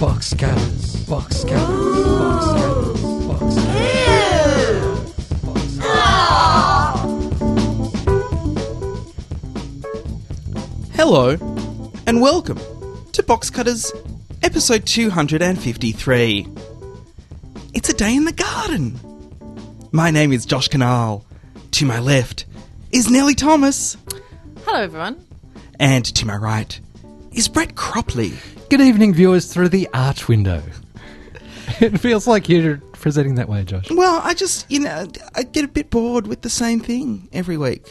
Scanners. Box scanners. Box scanners. Box scanners. Box scanners. Hello, and welcome to Box Cutters, episode 253. It's a day in the garden. My name is Josh Canal. To my left is Nellie Thomas, Hello, everyone. and to my right is Brett Cropley. Good evening, viewers, through the arch window. It feels like you're presenting that way, Josh. Well, I just, you know, I get a bit bored with the same thing every week.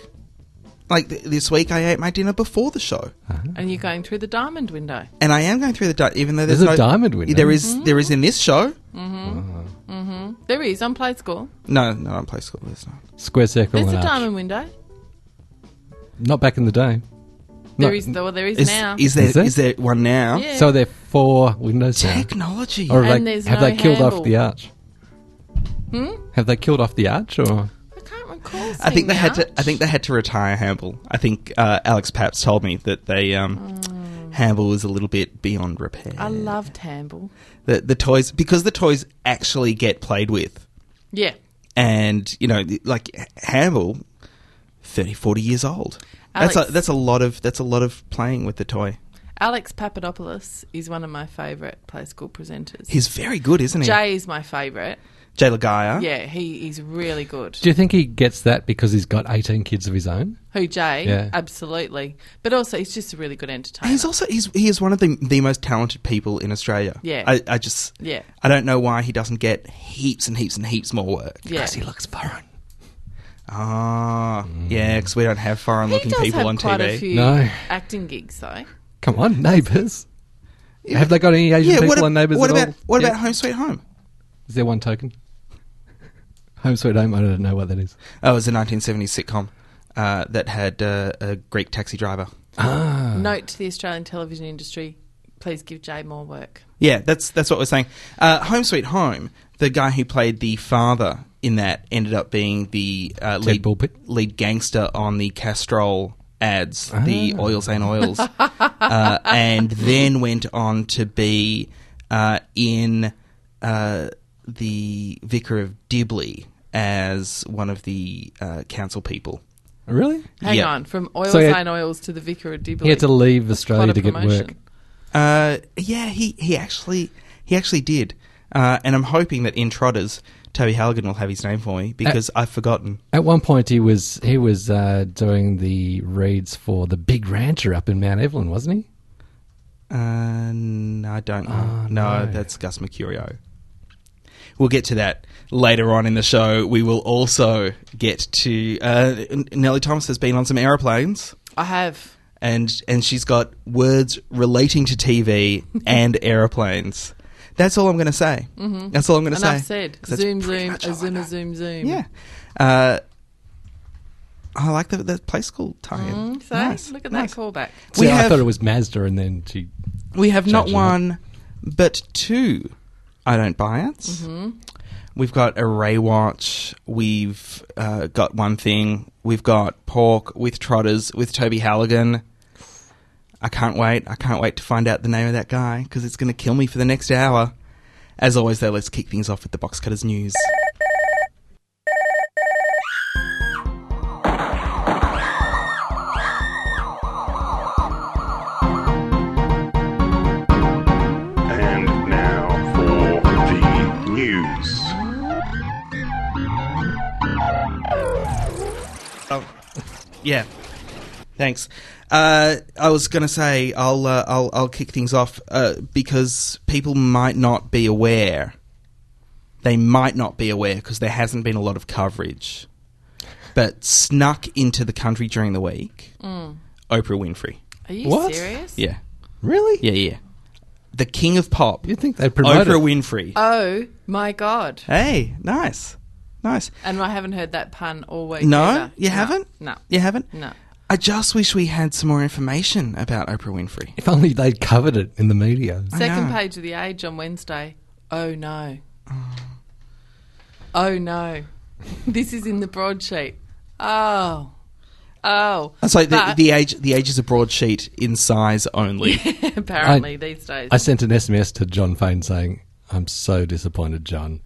Like th- this week, I ate my dinner before the show, And you're going through the diamond window. and I am going through the di- even though There's there's, a no, diamond window. There is- there is in this show. There is on Play School. No, no, I'm play school. There's not. Square circle There's and the arch. diamond window. Not back in the day. There No, is, well, there is, Is, now. is there Is is there? there one now? Yeah. So there are four windows now. Technology. Or have And they, there's have no they killed off handle. the arch? Hmm? Have they killed off the arch or I can't recall. Seeing I think they had that. to. I think they had to retire Hamble. I think uh, Alex Paps told me that they um, Hamble was a little bit beyond repair. Mm. I loved Hamble. the the toys because the toys actually get played with, Yeah. and you know, like Hamble, 30, 40 years old. That's Alex- a, that's a lot of that's a lot of playing with the toy. Alex Papadopoulos is one of my favourite Play School presenters. He's very good, isn't he? Jay is my favourite. Jay Lagaya. Yeah, he is really good. do you think he gets that because he's got 18 kids of his own? Who, Jay? Yeah. Absolutely. But also, he's just a really good entertainer. He's also he's he is one of the the most talented people in Australia. Yeah. I, I just yeah. I don't know why he doesn't get heaps and heaps and heaps more work. Yeah. Because he looks foreign. Ah, yeah, Mm. because we don't have He foreign-looking does people have on quite TV. a few No. acting gigs, though. Come on, neighbours. Yeah. Have they got any Asian yeah, people what, ab- on neighbours what at about all? what Yeah. about Home Sweet Home? Is there one token? Home Sweet Home. I don't know what that is. Oh, it was a 1970s sitcom uh, that had uh, a Greek taxi driver. Ah, Note to the Australian television industry please give Jay more work. Yeah, that's that's what we're saying. Uh, Home Sweet Home. The guy who played the father in that ended up being the uh, Ted lead Bulpit? lead gangster on the Castrol ads, the oils and oils, uh, and then went on to be uh, in uh, the Vicar of Dibley as one of the uh, council people. Oh, really? Hang Yeah. on, from oils So he had- and oils to the vicar of Dibley. He had to leave That's quite Australia a to get promotion. work. Uh, yeah, he, he actually he actually did, uh, and I'm hoping that in Trotters, Toby Halligan will have his name for me because I've forgotten. At one point, he was he was uh, doing the reads for the Big Rancher up in Mount Evelyn, wasn't he? Uh, no, I don't know. Ah, Oh, no. no. that's Gus Mercurio. We'll get to that later on in the show. We will also get to uh, N- Nellie Thomas has been on some aeroplanes. I have. and and she's got words relating to TV and airplanes. That's all I'm going to say. Mm-hmm. That's all I'm going to say. Enough said. 'Cause that's Zoom, pretty zoom, much a all I zoom, know. a zoom, zoom. Yeah. Uh, I like the, the play school tie-in. Mm, so nice. look at nice. that callback. We We I have- thought it was Mazda, and then she. We have not Judging it. one, but two. I don't buy it. We've got a Ray watch. We've uh, got one thing. We've got pork with trotters with Toby Halligan. I can't wait. I can't wait to find out the name of that guy because it's going to kill me for the next hour. As always, though, let's kick things off with the box cutters news. And now for the news. Oh, yeah. Thanks. Uh, I was going to say I'll, uh, I'll I'll kick things off uh, because people might not be aware. They might not be aware because there hasn't been a lot of coverage. But snuck into the country during the week, Oprah Winfrey. Are you What? serious? Yeah, Really? yeah, yeah. The king of pop, You'd think they'd promote Oprah it. Winfrey. Oh my god! hey, nice, nice. And I haven't heard that pun all week. No, either. you No, haven't. No, you haven't. no. I just wish we had some more information about Oprah Winfrey. If only they'd covered it in the media. Second know. page of the Age on Wednesday. Oh no. Oh no. this is in the broadsheet. Oh. Oh, That's like the, but- the age. The age is a broadsheet in size only. apparently these days. I sent an SMS to John Fane saying, I'm so disappointed, John.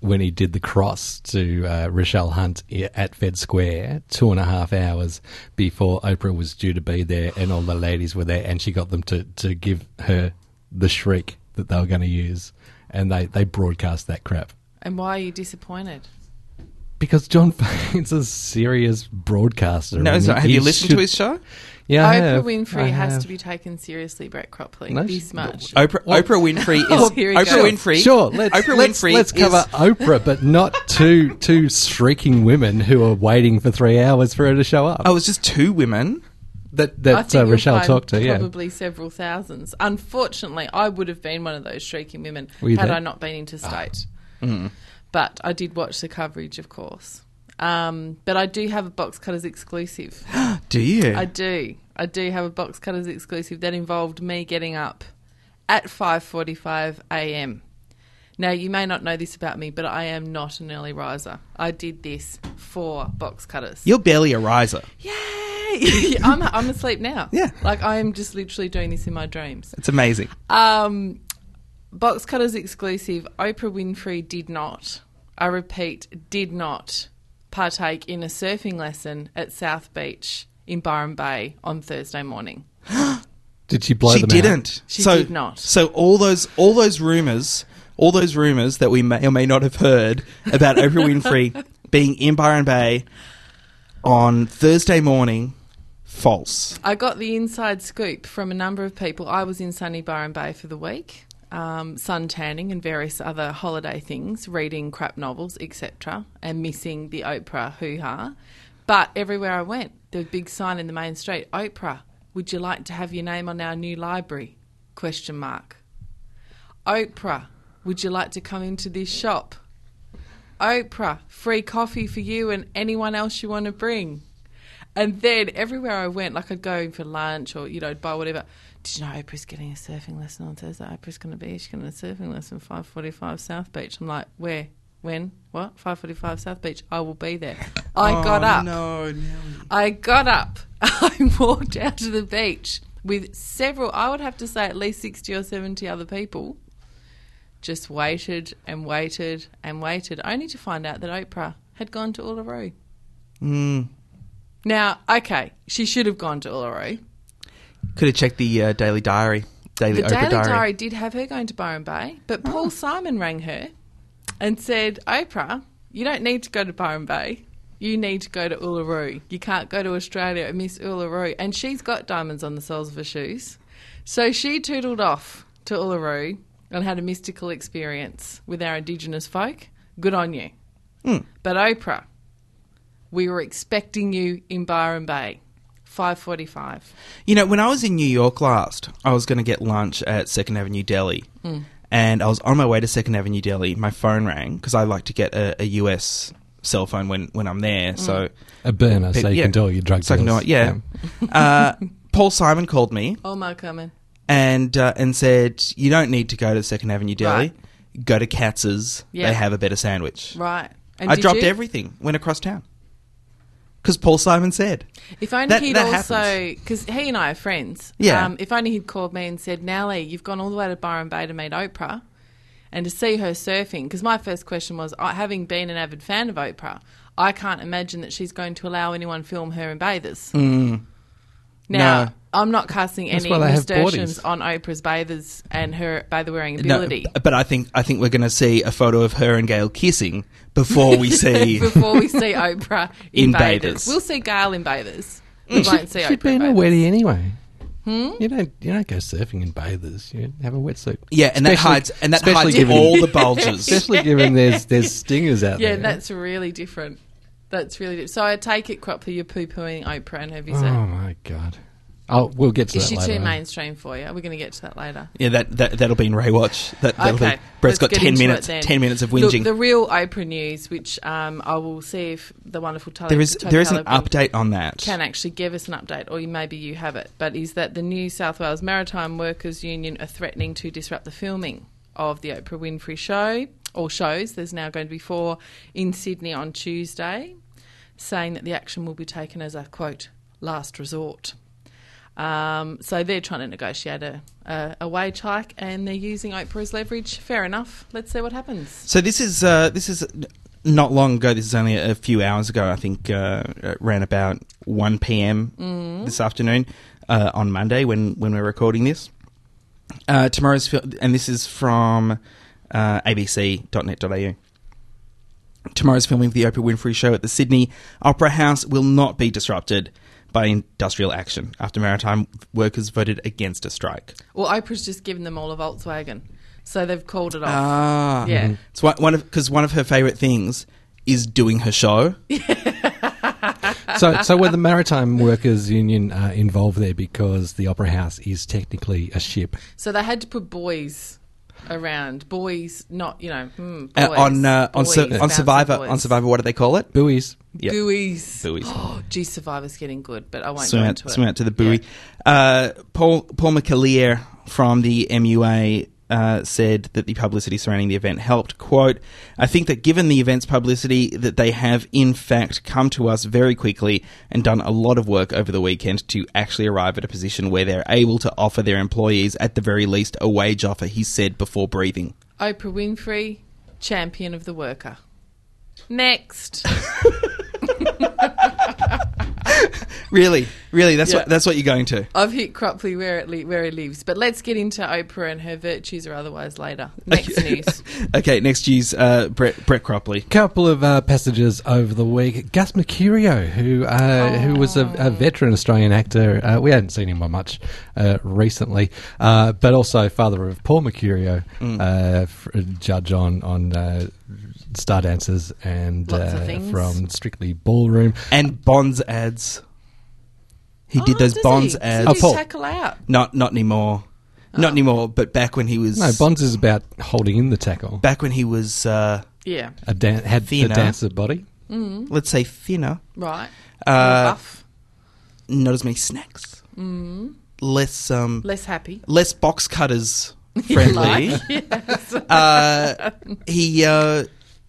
When he did the cross to uh, Rochelle Hunt i- at Fed Square, two and a half hours before Oprah was due to be there, and all the ladies were there, and she got them to, to give her the shriek that they were going to use, and they, they broadcast that crap and why are you disappointed? because John Fane's a serious broadcaster. No, and it's not. he- Have he you listened should- to his show? Yeah, I Oprah have. Winfrey I has have. to be taken seriously, Brett Cropley. No, this she- much. Oprah, Oprah Winfrey is Oh, here we Oprah go. Winfrey. Sure, let's, Oprah let's, Winfrey. let's cover Is, Oprah, but not two two shrieking women who are waiting for three hours for her to show up. oh, it's just two women. that I that think uh, you'll Rochelle find talked to. Yeah, Probably several thousands. Unfortunately, I would have been one of those shrieking women Were you had there? Ah. Mm. I not been interstate. But I did watch the coverage, of course. Um, but I do have a box cutters exclusive. Do you? I do. I do have a box cutters exclusive that involved me getting up at 5:45 a.m. Now, you may not know this about me, but I am not an early riser. I did this for box cutters. You're barely a riser. Yay! I'm, I'm asleep now. Yeah. Like, I am just literally doing this in my dreams. It's amazing. Um, Box Cutters exclusive. Oprah Winfrey did not, I repeat, did not partake in a surfing lesson at South Beach in Byron Bay on Thursday morning. did she blow she them out? didn't. She so, did not. So all those all those rumors, all those rumors that we may or may not have heard about Oprah Winfrey being in Byron Bay on Thursday morning, false. I got the inside scoop from a number of people. I was in sunny Byron Bay for the week, um, sun tanning and various other holiday things, reading crap novels, etc., and missing the Oprah hoo ha. But everywhere I went, there was a big sign in the main street: "Oprah, would you like to have your name on our new library?" Question mark. Oprah, would you like to come into this shop? Oprah, free coffee for you and anyone else you want to bring. And then everywhere I went, like I'd go in for lunch or, you know, I'd buy whatever. Did you know Oprah's getting a surfing lesson on Thursday? Oprah's going to be, she's going to a surfing lesson, 545 South Beach. I'm like, where? When? What? 545 South Beach. I will be there. I got Oh, up. Oh, No, no. I got up. I walked out to the beach with several, I would have to say at least 60 or 70 other people. Just waited and waited and waited, only to find out that Oprah had gone to Uluru. Hmm. Now, okay, she should have gone to Uluru. Could have checked the uh, Daily Diary. Daily The Oprah Daily Diary. Oh. Diary. did have her going to Byron Bay, but Paul Simon rang her and said, Oprah, you don't need to go to Byron Bay. You need to go to Uluru. You can't go to Australia and miss Uluru. And she's got diamonds on the soles of her shoes. So she tootled off to Uluru and had a mystical experience with our Indigenous folk. Good on you. Hmm. But Oprah, we were expecting you in Byron Bay, 5.45. You know, when I was in New York last, I was going to get lunch at Second Avenue Deli. Hmm. And I was on my way to Second Avenue Deli. My phone rang because I like to get a, a US cell phone when, when I'm there. Hmm. So, A burner, so But, you yeah. can do all your drug so I can know deals. it. Yeah. uh, Paul Simon called me Oh, my coming. and uh, and said, You don't need to go to Second Avenue Deli. Go to Katz's. Yeah. They have a better sandwich. Right. And I did dropped you? everything, went across town. Because Paul Simon said, If only That- he'd that also, because he and I are friends. Um, Yeah. if only he'd called me and said, Nellie, you've gone all the way to Byron Bay to meet Oprah and to see her surfing. Because my first question was, I, having been an avid fan of Oprah, I can't imagine that she's going to allow anyone film her in bathers. Now, Mm. No. I'm not casting That's any why they have nasturtiums boardies. on Oprah's bathers and her bather wearing No, ability. but I think I think we're going to see a photo of her and Gail kissing before we see. Before we see Oprah in, In bathers. bathers. we'll see Gail in bathers. We won't see She'd Oprah Hmm? be in a bathers. wetty anyway. You don't you don't go surfing in bathers. You have a wetsuit. yeah, and that Especially- hides and that especially hides given- all the bulges. Especially given there's there's stingers out Yeah, there. that's really different. That's really different. So I take it, Cropley, you're poo pooing Oprah and her visit. oh my god. Oh, we'll get to Is that she later. too on. mainstream for you? We're going to get to that later. yeah, that, that that'll be in Ray Watch. That, that'll Okay. be, Brett's let's got get ten into it minutes. then. Ten minutes of Look, whinging. the real Oprah news, which um, I will see if the wonderful Tully there is there is an Totally- update on that. can actually give us an update, or you, maybe you have it, but is that the New South Wales Maritime Workers Union are threatening to disrupt the filming of the Oprah Winfrey show or shows. There's now going to be four in Sydney on Tuesday. saying that the action will be taken as a quote last resort. Um, so they're trying to negotiate a, a, a wage hike, and they're using Oprah as leverage. Fair enough. Let's see what happens. So this is uh, this is not long ago. This is only a few hours ago. I think uh, around about one p.m. this afternoon uh, on Monday when when we're recording this. Uh, tomorrow's fil- and this is from uh, abc.net.au. Tomorrow's filming of the Oprah Winfrey Show at the Sydney Opera House will not be disrupted by industrial action after maritime workers voted against a strike. Well, Oprah's just given them all a Volkswagen, so they've called it off. Ah, yeah. It's one, one of because one of her favorite things is doing her show. so, so were the Maritime Workers Union uh, involved there because the Opera House is technically a ship? So they had to put boys around. Boys, not you know, hmm, boys, Uh, on uh, on, boys, Sur- on bouncing Survivor boys. on Survivor. What do they call it? Buoys. Yeah. Buoys. Buoys. Oh, geez, Survivor's getting good, but I won't swim go out, into it. swim out to the buoy. Uh, Paul Paul McAleer from the MUA uh, said that the publicity surrounding the event helped. "Quote: I think that given the event's publicity, that they have in fact come to us very quickly and done a lot of work over the weekend to actually arrive at a position where they're able to offer their employees, at the very least, a wage offer." He said before breathing. Yeah. Oprah Winfrey, champion of the worker. Next. Really, really, that's Yeah. what that's what you're going to. I've hit Cropley where it le- where he lives, but let's get into Oprah and her virtues or otherwise later. Next news. okay, next year's uh, Brett Brett Cropley. Couple of uh, passages over the week. Gus Mercurio, who uh, who was a, Oh. a veteran Australian actor, uh, we hadn't seen him by much uh, recently, uh, but also father of Paul Mercurio, Mm. uh, f- judge on on uh, Star Dancers and Lots of uh, things. from Strictly Ballroom. and Bonds ads. He Oh, did those does Bonds he? ads. Does Oh, he Oh. Paul. tackle out? Not not anymore. Not anymore. But back when he was No, Bonds is about holding in the tackle. back when he was uh, Yeah. A dan- had the Thinner. dancer body. let's say thinner, Right. Uh, Buff. not as many snacks, mm. less um Less happy. less box cutters friendly. Like, yes. uh, he uh,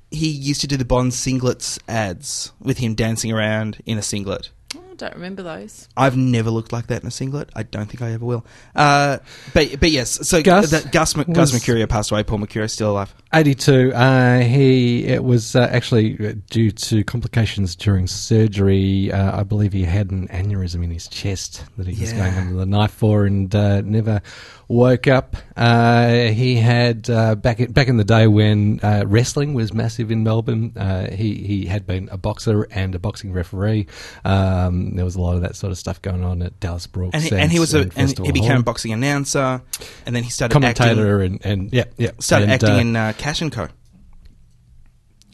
he used to do the Bond singlets ads with him dancing around in a singlet. Oh, don't remember those. I've never looked like that in a singlet. I don't think I ever will. Uh, but but yes, so Gus that Gus, Mc- was- Gus Mercurio passed away. Paul Mercurio still alive. 82. Uh, he it was uh, actually uh, due to complications during surgery. Uh, I believe he had an aneurysm in his chest that he was Yeah. going under the knife for, and uh, never woke up. Uh, he had uh, back in, back in the day when uh, wrestling was massive in Melbourne. Uh, he he had been a boxer and a boxing referee. Um, there was a lot of that sort of stuff going on at Dallas Brooks, and he, and he was a, and Festival he became Hall. a boxing announcer, and then he started acting, commentator and and yeah yeah started And, acting uh, in uh, Cash and Co.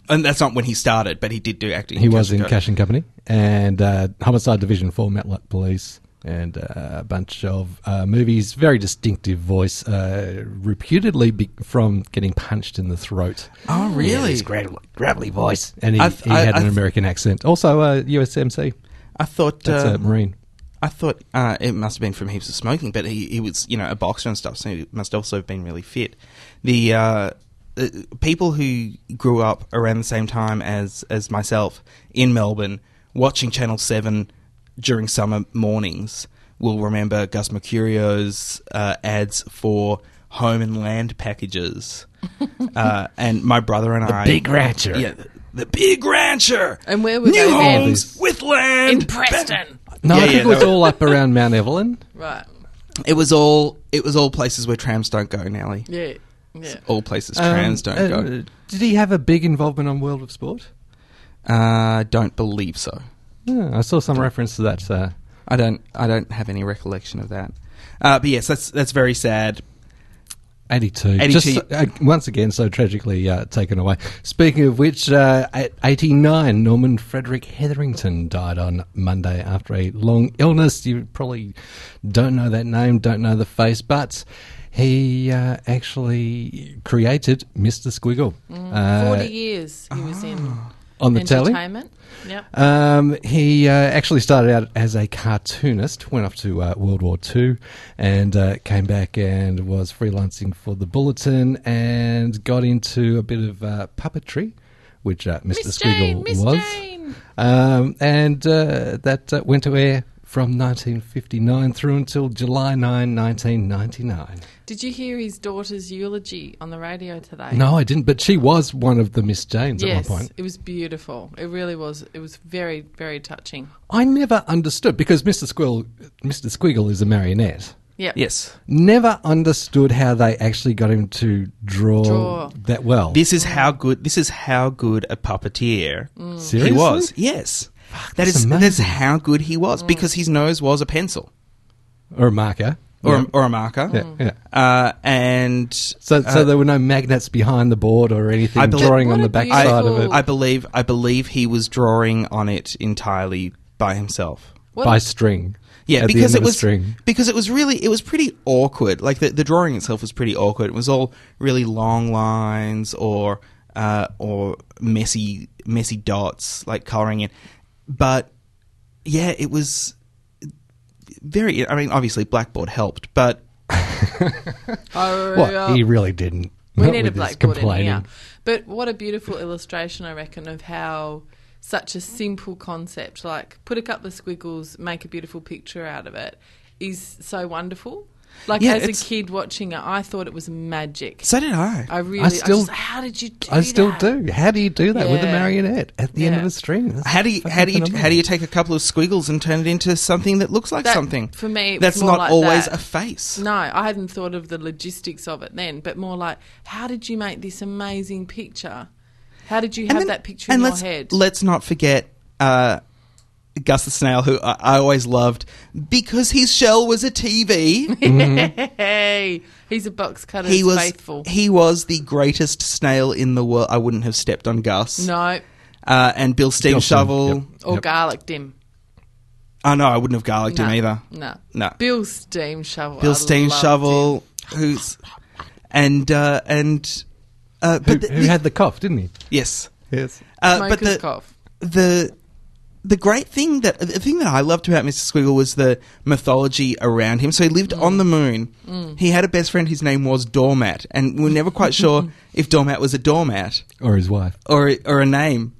And that's not when he started, but he did do acting. He in was Cash in Co. Cash and Company and uh, Homicide Division 4, Matlock Police, and uh, a bunch of uh, movies. Very distinctive voice, uh, reputedly be- from getting punched in the throat. Oh, really? His gravelly, gravelly voice. And he, I've- he I- had an I've- American accent. Also, uh, USMC. I thought That's uh, a Marine. I thought uh, it must have been from heaps of smoking, but he, he was you know a boxer and stuff, so he must also have been really fit. The uh, uh, people who grew up around the same time as as myself in Melbourne, watching Channel Seven during summer mornings, will remember Gus Mercurio's uh, ads for home and land packages. uh, and my brother and I, Big Rancher. yeah, the, the big rancher, And where were new they then? homes with land In Preston. No, Yeah, I think yeah, it was no. all up around Mount Evelyn. Right. It was all it was all places where trams don't go, Nelly. Yeah. Yeah. All places trams Um, don't uh, go. Did he have a big involvement on World of Sport? Uh, don't believe so. Yeah, I saw some reference to that. Uh, I don't. I don't have any recollection of that. Uh, but yes, that's that's very sad. 82. 82. Just, uh, once again, so tragically uh, taken away. Speaking of which, uh, at 89, Norman Frederick Hetherington died on Monday after a long illness. You probably don't know that name, don't know the face, but he uh, actually created Mr. Squiggle uh, 40 years he was in on the telly. entertainment. Yep. Um, he uh, actually started out as a cartoonist, went off to uh, World War II, and uh, came back and was freelancing for the Bulletin and got into a bit of uh, puppetry, which uh, Mr. Miss Squiggle Jane, Miss was. Jane. Um, and uh, that uh, went to air from 1959 through until July 9, 1999. Did you hear his daughter's eulogy on the radio today? No, I didn't, but she was one of the Miss Janes Yes, at one point. it was beautiful. It really was. It was very, very touching. I never understood because Mr. Squiggle, Mr. Squiggle is a marionette. Yeah. Yes. Never understood how they actually got him to draw, Draw. that well. This is how good this is how good a puppeteer Seriously? he was. Yes. that that's is that's amazing. how good he was because his nose was a pencil or a marker, or Yeah. a, or a marker. Mm. yeah. Uh, and So, uh, so there were no magnets behind the board or anything I believe- drawing on What the a backside I, of it beautiful- I believe I believe he was drawing on it entirely by himself. What by a- string. Yeah, At the because end it of a was string. because it was really it was pretty awkward. Like the, the drawing itself was pretty awkward. It was all really long lines or uh, or messy messy dots, like coloring it. But yeah, it was very. I mean, obviously Blackboard helped, but Oh, What? He really didn't. We Not need a with his blackboard in complaining. here. But what a beautiful illustration, I reckon, of how such a simple concept, like put a couple of squiggles, make a beautiful picture out of it, is so wonderful. Like Yeah, as a it's- kid watching it, I thought it was magic. so did I. I really, I I still- just- how did you do I still that? do. How do you do that with a Yeah. marionette at the end of Yeah. a string? That's How do you fucking how do you phenomenal. how do you take a couple of squiggles and turn it into something that looks like That- something? for me, it was that's more not like always that. a face. No, I hadn't thought of the logistics of it then, but more like, how did you make this amazing picture? How did you have then- that picture and in your let's, head? Let's not forget uh, Gus the Snail, who I, I always loved because his shell was a TV. hey, he's a box cutter. Mm-hmm. he He was faithful. he was the greatest snail in the world. I wouldn't have stepped on Gus. no, Uh, and Bill Steam Bill Steam, Shovel. yep. or garlic dim. Oh no, I wouldn't have garliced No, him either. No, No. Bill Steam Shovel. I Bill Steam loved him. Shovel, who's and uh, and uh, Who, but the- who had the cough, didn't he? yes. Yes. Uh, but Smoker's the, cough. the the great thing that the thing that I loved about Mr. Squiggle was the mythology around him. So he Mm. lived on the moon. He had a best friend. His name was Doormat, and we are never quite sure if Doormat was a doormat Or his wife. or or a name.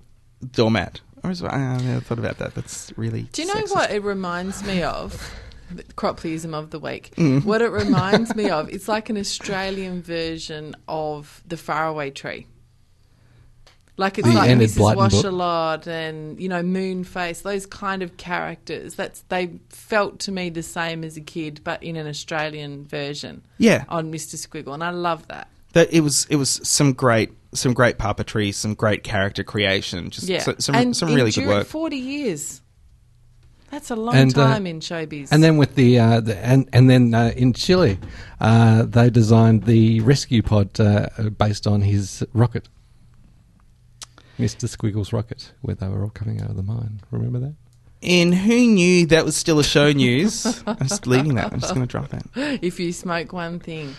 Doormat. I, was, I never thought about that. That's really. Do you know sexist. what it reminds me of? The Cropleism of the week. Mm. What it reminds me of, it's like an Australian version of the faraway tree. Like it's The like Enid Mrs. Blyton book. Washalot and you know Moonface, those kind of characters. That's they felt to me the same as a kid, but in an Australian version. Yeah. on Mr. Squiggle, and I love that. That it was. It was some great. Some great puppetry, some great character creation, just Yeah, so- some and some really good endure it work. Forty years. That's a long And, uh, time in showbiz. And then with the, uh, the and and then uh, in Chile, uh, they designed the rescue pod uh, based on his rocket, Mister Squiggle's rocket, where they were all coming out of the mine. Remember that? In who knew that was still a show news? I'm just leaving that. I'm just going to drop that. if you smoke one thing.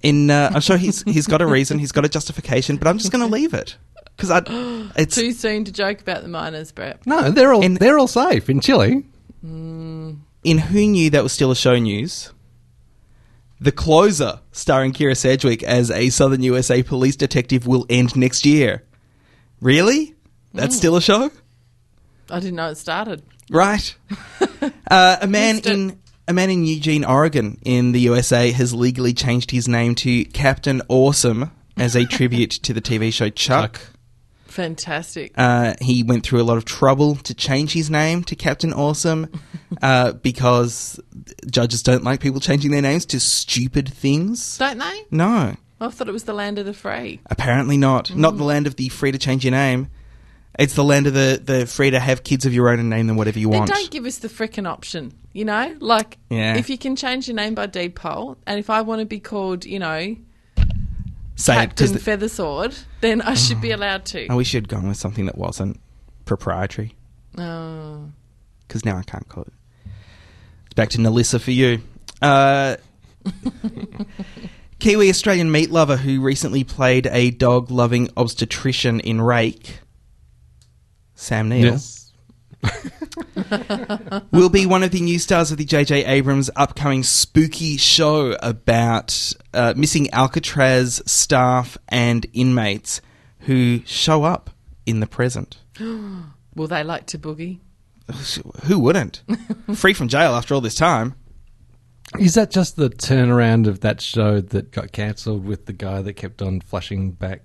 in uh, I'm sure he's he's got a reason, he's got a justification, but I'm just going to leave it because I it's Too soon to joke about the miners, Brett. No, they're all In- they're all safe in Chile. in who knew that was still a show news. The closer, starring Kira Sedgwick as a Southern USA police detective, will end next year. Really? That's still a show, I didn't know it started. right? uh, a man Missed it. in a man in Eugene, Oregon, in the USA, has legally changed his name to Captain Awesome as a tribute to the TV show Chuck. Fantastic. Uh, he went through a lot of trouble to change his name to Captain Awesome uh, because judges don't like people changing their names to stupid things. Don't they? No, I thought it was the land of the free. apparently not. Mm. Not the land of the free to change your name. It's the land of the, the free to have kids of your own and name them whatever you They want. don't give us the frickin' option, you know? Like, Yeah. if you can change your name by deed poll, and if I want to be called, you know, Say it Captain because Feathersword, then I should be allowed to. I wish you'd gone with something that wasn't proprietary Oh. because now I can't call it. It's back to Nalissa for you. Uh, Kiwi Australian meat lover who recently played a dog loving obstetrician in Rake, Sam Neill, will be one of the new stars of the J.J. Abrams' upcoming spooky show about uh, missing Alcatraz staff and inmates who show up in the present. Will they like to boogie? Who wouldn't? Free from jail after all this time. Is that just the turnaround of that show that got cancelled with the guy that kept on flashing back?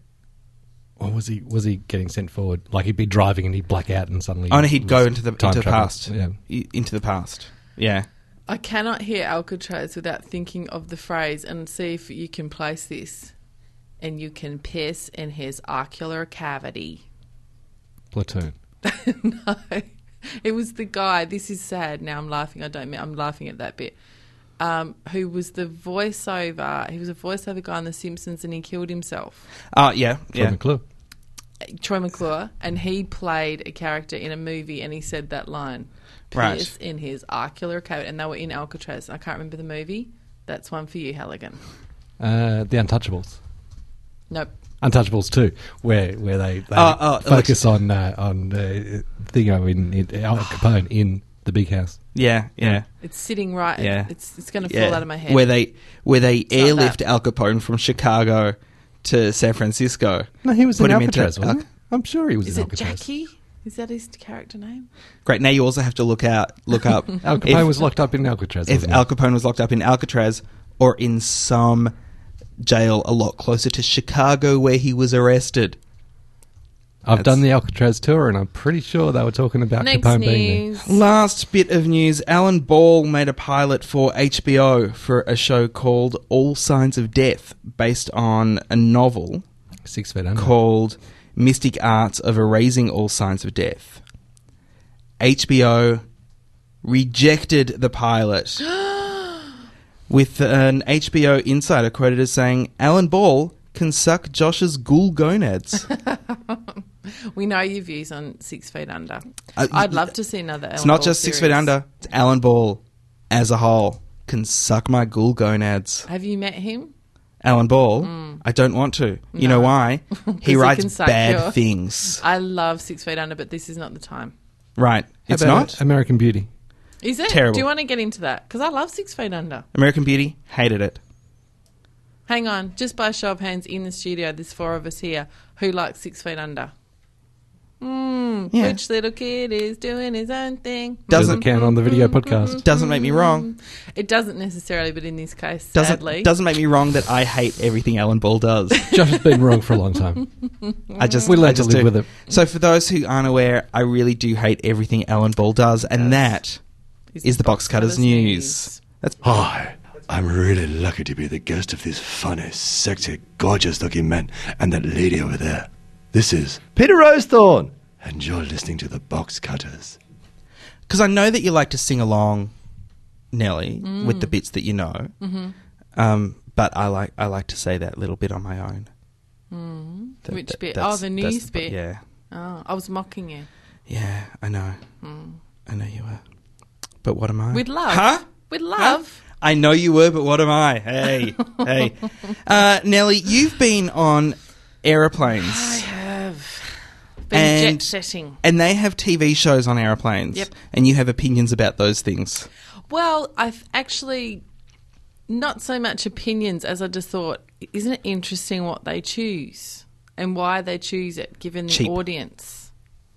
Or was he was he getting sent forward? Like he'd be driving and he'd black out and suddenly. Oh, no, he'd go was into the time into the travel. past. Yeah. I- Into the past. Yeah. I cannot hear Alcatraz without thinking of the phrase and see if you can place this. And you can piss in his ocular cavity. Platoon. no, it was the guy. This is sad. Now I'm laughing. I don't. mean- I'm laughing at that bit. Um, who was the voiceover? He was a voiceover guy on The Simpsons, and he killed himself. Uh, yeah. From Yeah. the clue. Troy McClure, and he played a character in a movie, and he said that line. Right. Pierce in his ocular cavity, and they were in Alcatraz. I can't remember the movie. That's one for you, Halligan. Uh, the Untouchables. Nope. Untouchables too, where where they, they Oh, oh, it focus on uh, on uh, Theo in, in Al Capone in the big house. Yeah. Yeah. It's sitting right. Yeah. It's it's going to Yeah. fall out of my head. Where they where they not airlift that. Al Capone from Chicago to San Francisco. No, he was Put in him into- Alcatraz, wasn't Al- he? I'm sure he was is in it Alcatraz. Jackie? Is that his character name? Great. Now you also have to look out look up Al Capone if, was locked up in Alcatraz. if wasn't he? Al Capone was locked up in Alcatraz or in some jail a lot closer to Chicago where he was arrested. I've done That's- the Alcatraz tour, and I'm pretty sure they were talking about Next Capone being there. news. Last bit of news Alan Ball made a pilot for HBO for a show called All Signs of Death, based on a novel Six feet under. called Mystic Arts of Erasing All Signs of Death. HBO rejected the pilot. With an HBO insider quoted as saying, Alan Ball can suck Josh's ghoul gonads. We know your views on Six Feet Under. Uh, I'd love to see another. It's not just Six Feet Under. It's Alan Ball as a whole can suck my ghoul gonads. Have you met him? Alan Ball, I don't want to. You know why? 'Cause He he can writes suck bad your- things. I love Six Feet Under, but this is not the time. Right. How It's about not. American Beauty. Is it? Terrible. Do you want to get into that? Because I love Six Feet Under. American Beauty, hated it. Hang on, just by show of hands in the studio, there's four of us here who like Six Feet Under. Mm, Yeah. Which little kid is doing his own thing? Doesn't Doesn't- count on the video podcast. Doesn't make me wrong. It doesn't necessarily, but in this case, Doesn't sadly, doesn't make me wrong that I hate everything Alan Ball does. Josh has been wrong for a long time. I just We learn I to just live do. with it. So for those who aren't aware, I really do hate everything Alan Ball does, and that is the Box Cutters news. That's Hi, I'm really lucky to be the guest of this funny, sexy, gorgeous looking man and that lady over there. This is Peter Rosethorn, and you're listening to the Box Cutters. because I know that you like to sing along, Nelly, Mm. with the bits that you know. Mm-hmm. Um, but I like I like to say that little bit on my own. That- Which that- bit? that's- Oh, the that's news the- bit. Yeah, Oh, I was mocking you yeah, I know, Mm. I know you were. But what am I? with love. huh? With love. I know you were, but what am I? Hey, hey, uh, Nelly, you've been on I aeroplanes, have been And- jet setting. and they have TV shows on aeroplanes. Yep. and you have opinions about those things. Well, I've actually not so much opinions as I just thought, isn't it interesting what they choose and why they choose it given the Cheap. audience?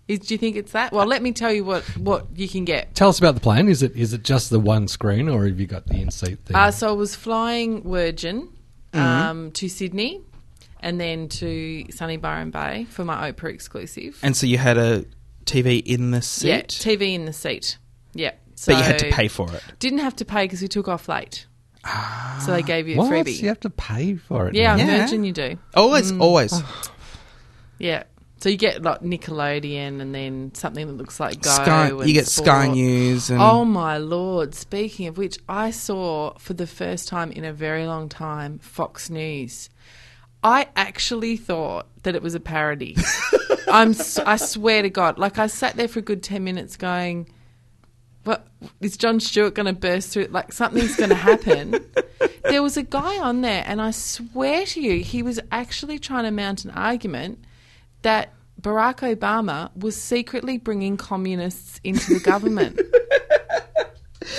Is, do you think it's that? Well, let me tell you what, what you can get. Tell us about the plane. Is it is it just the one screen, or have you got the in seat thing? Uh, so I was flying Virgin Mm-hmm. um, to Sydney and then to Sunny Byron Bay for my Oprah exclusive. And so you had a TV in the seat. Yeah, TV in the seat. Yeah. So but you had to pay for it. Didn't have to pay because we took off late. so they gave you a what? freebie. You have to pay for it. Yeah, on now. Yeah. Virgin you do. Always, Mm. Oh, always. Yeah. So you get like Nickelodeon and then something that looks like Go. Sky, and you get Sky Sport. News and Oh my lord! Speaking of which, I saw for the first time in a very long time Fox News. I actually thought that it was a parody. I'm, s- I swear to God, like I sat there for a good ten minutes going, "What is John Stewart going to burst through? Like something's going to happen." there was a guy on there, and I swear to you, he was actually trying to mount an argument that Barack Obama was secretly bringing communists into the government.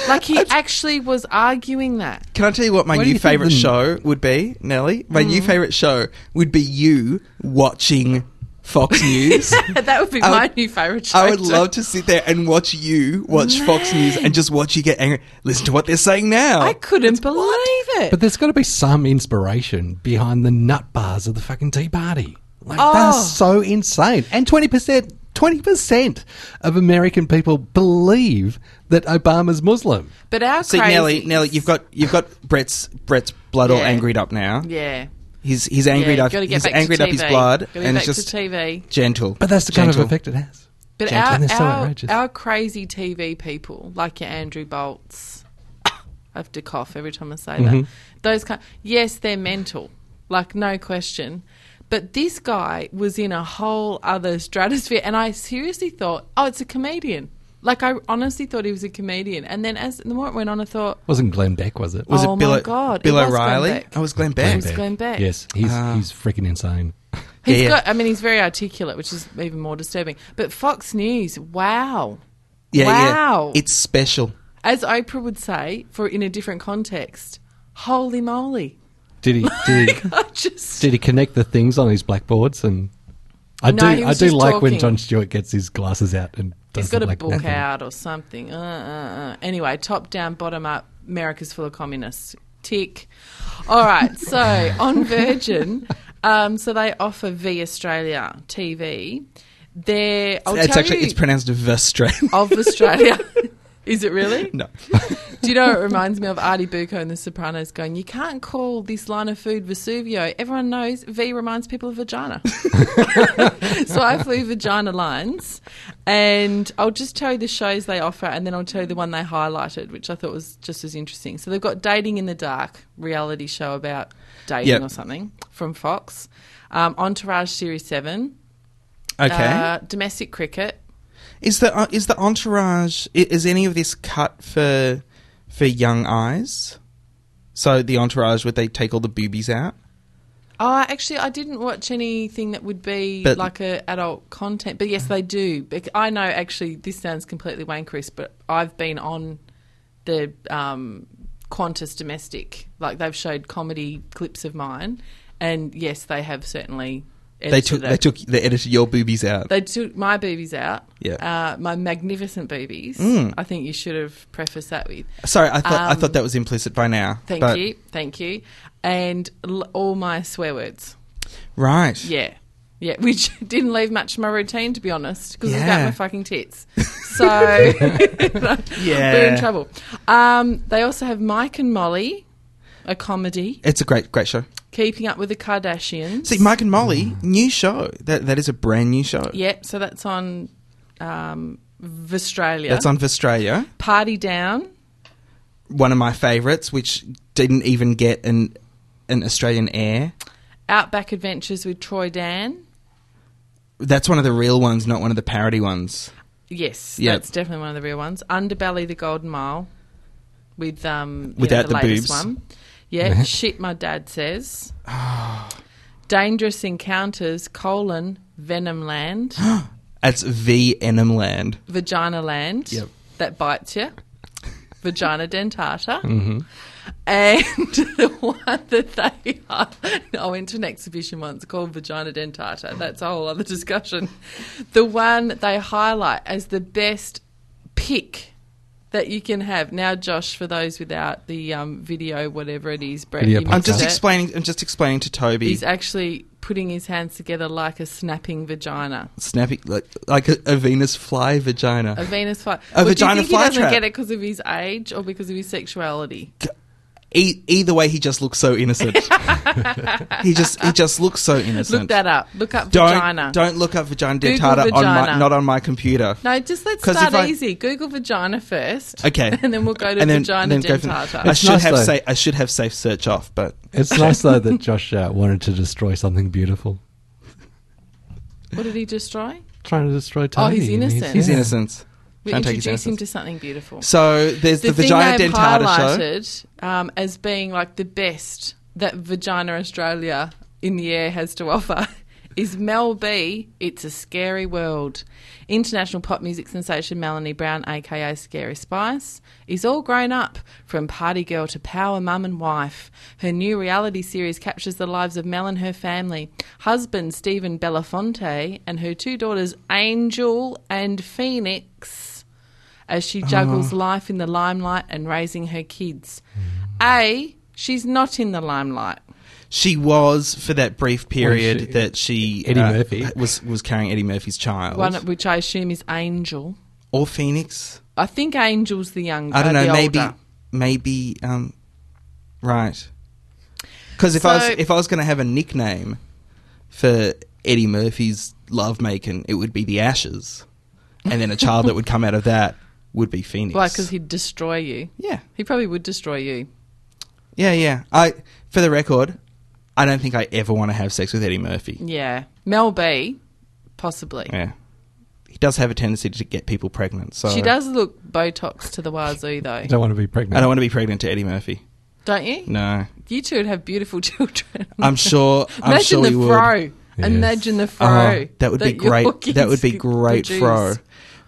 like he actually was arguing that. Can I tell you what my Why do new you think favorite the- Mm. show would be, Nelly? My new favorite show would be you watching Fox News. that would be I my would- new favourite show. I would to- love to sit there and watch you watch Fox News and just watch you get angry. Listen to what they're saying now. I couldn't believe it. But there's got to be some inspiration behind the nut bars of the fucking Tea Party. Like, Oh. that's so insane. And 20%, 20% of American people believe that Obama's Muslim. But our See, crazies- Nelly, Nelly, you've got you've got Brett's Brett's blood all Yeah. angered up now. yeah. He's he's angered yeah, up. gotta get He's back to angered up his TV. blood, Gotta get and back it's just to TV. gentle. But that's the kind gentle. of effect it has. But Gentle. And our, they're so our, outrageous. our crazy TV people, like your Andrew Bolts, I have to cough every time I say Mm-hmm. that. Those kind, yes, they're mental, like no question. But this guy was in a whole other stratosphere, and I seriously thought, oh, it's a comedian. Like I honestly thought he was a comedian, and then as the more it went on, I thought, Wasn't Glenn Beck, was it? Was Oh it Bill, my God, it Bill was Glenn O'Reilly? Beck. Oh, it was Glenn Glenn Beck. was Glenn Beck. Yes, he's, he's freaking insane. He's Yeah. got. I mean, he's very articulate, which is even more disturbing. But Fox News, wow. Yeah, Wow. yeah. It's special. As Oprah would say, for in a different context, holy moly! Did he, did he, I just did he connect the things on his blackboards? And I No, he do, I was do just like when talking. John Stewart gets his glasses out and does he's got the a black book nothing. out or something. Uh, uh, uh. Anyway, top down, bottom up. America's full of communists. Tick. All right. So on Virgin, um, so they offer V Australia TV. They're I'll it's tell actually you it's pronounced Vestrain. of Australia. Is it really? no. Do you know it reminds me of Artie Bucco and The Sopranos going, you can't call this line of food Vesuvio. Everyone knows V reminds people of vagina. so I flew vagina lines and I'll just tell you the shows they offer and then I'll tell you the one they highlighted, which I thought was just as interesting. So they've got Dating in the Dark, reality show about dating Yep. or something from Fox. Um, Entourage Series 7. Okay. Uh, domestic Cricket. is the uh, is the entourage i- is any of this cut for for young eyes? So the entourage would they take all the boobies out? Oh, I- actually, I didn't watch anything that would be But- like a adult content. But yes, they do. Bec- I know. Actually, this sounds completely wankerous, but I've been on the um, Qantas domestic. Like they've showed comedy clips of mine, and yes, they have certainly. They edited took it. they took they edited your boobies out. They took my boobies out. Yeah. Mm. Uh, my magnificent boobies. I think you should have prefaced that with. Sorry, I thought I Um, thought that was implicit by now. Thank but- you. Thank you. And l- all my swear words. Right. Yeah. Yeah, which didn't leave much of my routine, to be honest, because it was Yeah. about my fucking tits. So we're in trouble. Um, they also have Mike and Molly, a comedy, It's a great great show. Keeping Up with the Kardashians. See, Mike and Molly, new show. That that is a brand new show. Mm. Yeah, so that's on um, Australia. That's on Australia. Party Down. One of my favorites, which didn't even get an an Australian air. Outback Adventures with Troy Dan. That's one of the real ones, not one of the parody ones. Yes, Yeah. that's definitely one of the real ones. Underbelly, the Golden Mile, with um, you Without the know, the, latest boobs. one. Yeah, shit. My dad says. Dangerous encounters: colon venom land, That's V Enum Land. vagina land Yep. that bites you, vagina dentata, Mm-hmm. and the one that they are. I went to an exhibition once called vagina dentata. That's a whole other discussion. The one they highlight as the best pick that you can have now, Josh. For those without the um, video, whatever it is, Brett, Video you I'm podcast. just missed it. explaining. I'm just explaining to Toby. He's actually putting his hands together like a snapping vagina. snapping like, like a, a Venus fly vagina. A Venus fly. A Well, vagina do you think fly he doesn't trap. get it because of his age or because of his sexuality? E- either way, he just looks so innocent. he just he just looks so innocent. Look that up. Look up Don't vagina. don't look up vagina Google dentata on my vagina. not on my computer. No, just let's 'Cause start if I- easy. Google vagina first. Okay, And then we'll go to And then- vagina and then go from- dentata. I It's should nice have though. say I should have safe search off, but It's nice, though, that Josh uh, wanted to destroy something beautiful. What did he destroy? Trying to destroy Tony. Oh, he's and innocent. he's yeah. innocent. We Can't take his introduce him innocence. to something beautiful. So there's the, the, thing vagina they've dentata show. highlighted um, as being like the best that Vagina Australia in the air has to offer is Mel B. It's a Scary World. International pop music sensation Melanie Brown, aka Scary Spice, is all grown up from party girl to power mum and wife. Her new reality series captures the lives of Mel and her family, husband Stephen Belafonte, and her two daughters Angel and Phoenix as she Uh-huh. juggles life in the limelight and raising her kids. Mm-hmm. A, she's not in the limelight. She was for that brief period Oh, she- that she uh, Eddie Murphy. was was carrying Eddie Murphy's child One which I assume is Angel. or Phoenix. I think Angel's the young. I don't uh, know. the Maybe older. maybe um, right. Because if I was So- if I was going to have a nickname for Eddie Murphy's love making, it would be the Ashes, and then a child that would come out of that would be Phoenix. Why? Because he'd destroy you. yeah, He probably would destroy you. yeah, yeah. I for the record, I don't think I ever want to have sex with Eddie Murphy. Yeah. Mel B, possibly. Yeah. He does have a tendency to get people pregnant, so She does look Botox to the wazoo, though. I don't want to be I pregnant. don't want to be pregnant to Eddie Murphy. Don't you? No, You two would have beautiful children. I'm sure. I'm Imagine sure the we would. fro. Yes. Imagine the fro. Oh, that would be your great. kids That would be great produce. fro.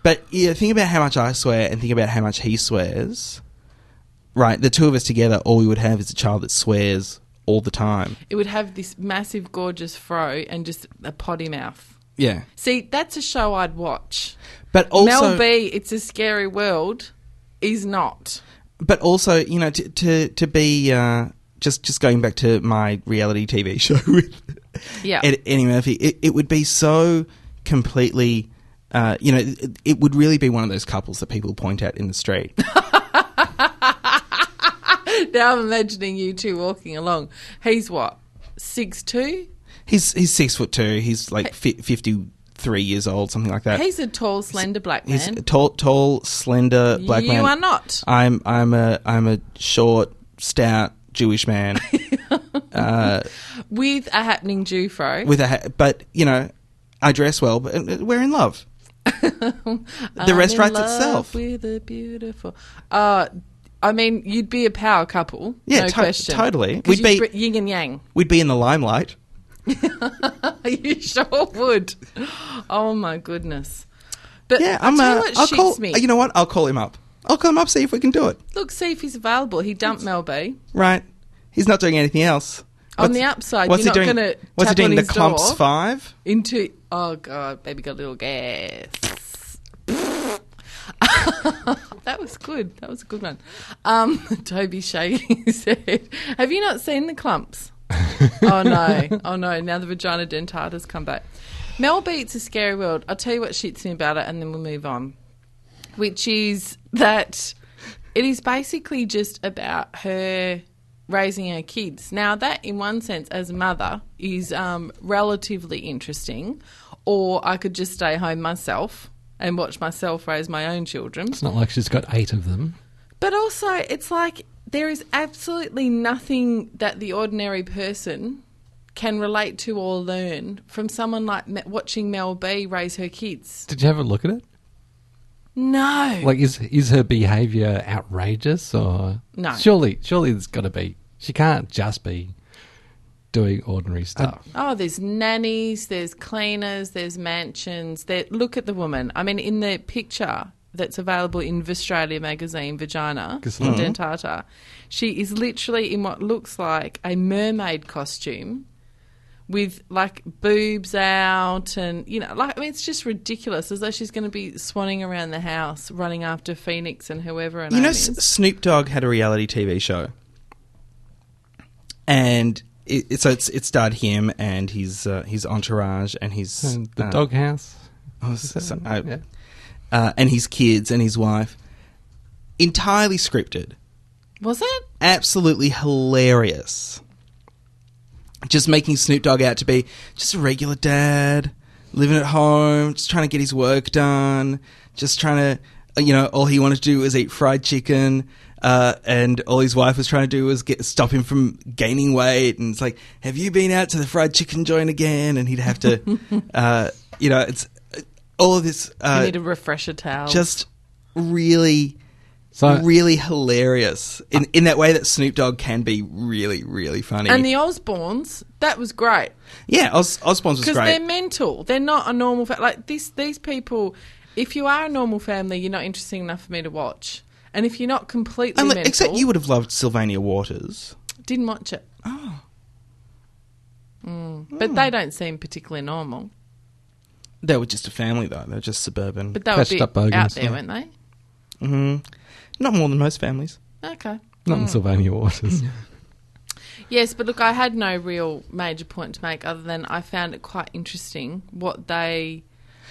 But yeah, think about how much I swear and think about how much he swears. Right, the two of us together, all we would have is a child that swears all the time. It would have this massive, gorgeous fro and just a potty mouth. Yeah, See, that's a show I'd watch. but also, Mel B, It's a Scary World, is not. but also, you know, to to, to be uh, just just going back to my reality TV show with Yeah. Ed, Eddie Murphy, it, it would be so completely. Uh, you know, it, it would really be one of those couples that people point at in the street. Now I'm imagining you two walking along. He's what? Six two? He's he's six foot two. He's like fi- fifty three years old, something like that. He's a tall, slender black Uh, He's man. a tall, tall, slender black you man. are not. I'm I'm a I'm a short, stout Jewish man With a happening Jufro. with a ha- but you know I dress well, but uh, we're in love. the rest writes itself. With a beautiful. Uh, I mean, you'd be a power couple. Yeah, no to- question. totally. 'Cause We'd you'd be- br- yin and yang. We'd be in the limelight. you sure would. Oh my goodness. But Yeah, I'll I'm. tell you Uh, what I'll shits call. me. You know what? I'll call him up. I'll call him up see if we can do it. Look, see if he's available. He dumped Mel B. Right? He's not doing anything else. On What's- the upside, what's you're he not doing? going to What's he tap doing? on The his clumps door. five. Into oh god, baby got a little gas. that was good. That was a good one. Um, Toby shaking his head. Have you not seen the clumps? oh no, oh no. Now the vagina dentata's come back. Mel beats a scary world. I'll tell you what shits me about it, and then we'll move on. Which is that it is basically just about her raising her kids. Now, that in one sense, as a mother, is um, relatively interesting, or I could just stay home myself and watch myself raise my own children. It's not like she's got eight of them. But also, it's like there is absolutely nothing that the ordinary person can relate to or learn from someone like me- watching Mel B raise her kids. Did you have a look at it? No. Like, is is her behaviour outrageous or No. Surely, surely there's got to be. She can't just be doing ordinary stuff. Oh, there's nannies, there's cleaners, there's mansions. There, look at the woman. I mean, in the picture that's available in Australia magazine, Vagina Ghislaine. Dentata, she is literally in what looks like a mermaid costume with like boobs out and you know like I mean it's just ridiculous as though she's going to be swanning around the house running after Phoenix and whoever and You know, S- Snoop Dogg had a reality TV show, and it, it, so it's it starred him and his uh, his entourage and his And the uh, doghouse. oh, so- so- I- Yeah. uh, and his kids and his wife. Entirely scripted, was it absolutely hilarious. Just making Snoop Dogg out to be just a regular dad, living at home, just trying to get his work done, just trying to, you know, all he wanted to do was eat fried chicken, uh, and all his wife was trying to do was get stop him from gaining weight. And it's like, have you been out to the fried chicken joint again? And he'd have to, uh, you know, it's all of this. Uh, you need a refresher towel just really So really hilarious in in that way that Snoop Dogg can be really really funny. And the Osbournes, that was great yeah, Os- Osbournes was because they're great. mental. They're not a normal fa- like this. These people, if you are a normal family, you're not interesting enough for me to watch. And if you're not completely Unless- mental, except you would have loved Sylvania Waters. didn't watch it. Oh, Hmm. but they don't seem particularly normal. They were just a family though. They were just suburban. But they were a Patched bit up bogans, out there, yeah. weren't they? Mhm. not more than most families. Okay. not in Sylvania Waters. Yes, but look, I had no real major point to make other than I found it quite interesting what they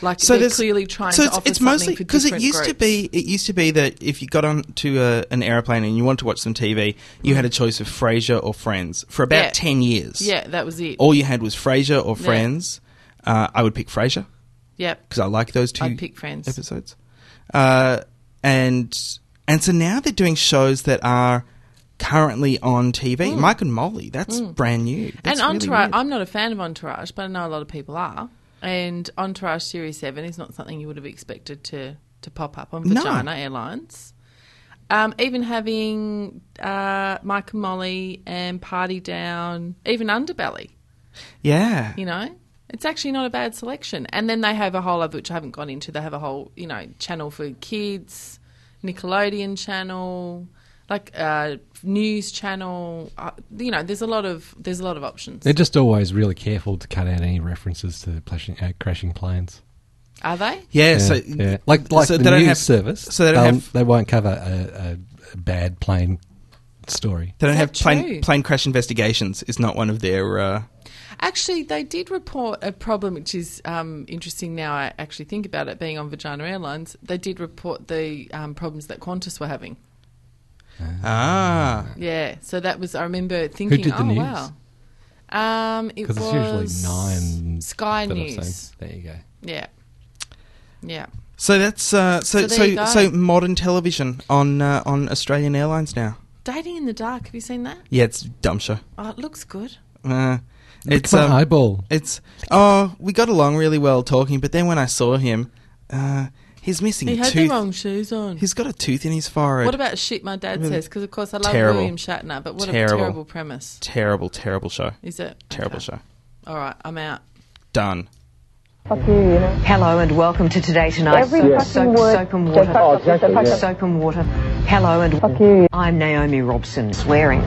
like. So they're there's- clearly trying so to it's, offer it's something mostly for because it different used to groups. be it used to be that if you got onto a, an airplane and you wanted to watch some TV, you had a choice of Frasier or Friends for about Yeah. ten years. Yeah, that was it. all you had was Frasier or Yeah. Friends. Uh, I would pick Frasier yep. because I like those 2 I'd pick Friends. episodes. Uh, and and so now they're doing shows that are currently on TV. Mike and Molly, that's brand new. That's Hmm. really and Entourage, weird. I'm not a fan of Entourage, but I know a lot of people are. And Entourage Series 7 is not something you would have expected to, to pop up on No. Vagina Airlines. Um, even having uh, Mike and Molly and Party Down, even Underbelly, yeah. you know? It's actually not a bad selection. And then they have a whole other, which I haven't gone into, they have a whole, you know, channel for kids, Nickelodeon channel, like uh, news channel. Uh, you know, there's a lot of there's a lot of options. They're just always really careful to cut out any references to plashing, uh, crashing planes. Are they? yeah, Yeah, So yeah. like like so the they don't news have- service, Um, So they don't they'll- have they won't cover a, a, a bad plane story. they don't Is have that plane true? plane crash investigations. Is not one of their. Uh, Actually, they did report a problem, which is um, interesting now. I actually think about it being on Virgin Airlines. They did report the um, problems that Qantas were having. ah, Yeah, so that was I remember thinking, did the oh news? wow. Um, it Because was it's usually nine. Sky that I've seen. News. There you go. Yeah, yeah. so that's uh, so So there so you so, go. modern television on uh, on Australian Airlines now. Dating in the dark. Have you seen that? Yeah, it's a dumb show. Oh, it looks good. Uh, It's it's my um, eyeball. It's oh, we got along really well talking, but then when I saw him, uh, he's missing He a had the tooth. wrong shoes on. He's got a tooth in his forehead. What about shit my dad Really says? Because of course I love terrible. William Shatner, but what Terrible. a terrible premise terrible, terrible show? is it? Terrible Okay. show. All right, I'm out. Done. Hello and welcome to Today Tonight. Every soap, fucking soap, word- soap and water. Oh, exactly, yeah. Soap and water. Hello and I'm Naomi Robson swearing.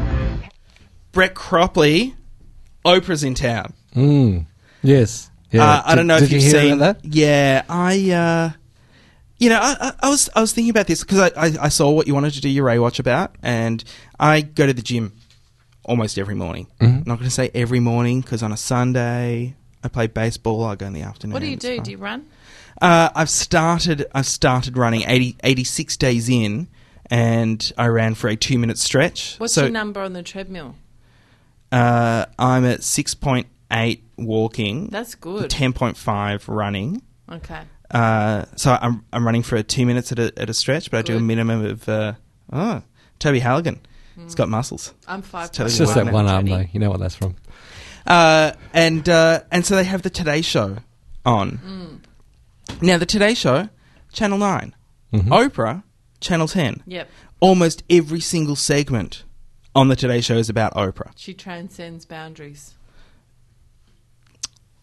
Brett Cropley, Oprah's in town. Mm. Yes. Yeah. Uh, I Did- don't know did if you've you hear seen about that. Yeah, I. Uh, you know, I, I, I was I was thinking about this because I, I, I saw what you wanted to do your Ray Watch about, and I go to the gym almost every morning. Mm-hmm. I'm not going to say every morning because on a Sunday I play baseball. I go in the afternoon. What do you it's do? fine. Do you run? Uh, I've started. I've started running 80, 86 days in, and I ran for a two minute stretch. What's so your number on the treadmill? uh, I'm at six point eight walking. That's good. Ten point five running. Okay. Uh, so I'm I'm running for two minutes at a at a stretch, but I do a Good. minimum of uh, oh Toby Halligan. He's got muscles. I'm five. It's totally It's just One that one arm, though. Teddy. You know what that's from. Uh, and uh, and so they have the Today Show on. Now the Today Show, Channel 9 Mm-hmm. Oprah, Channel Ten. Yep. Almost every single segment on the Today Show is about Oprah. She transcends boundaries.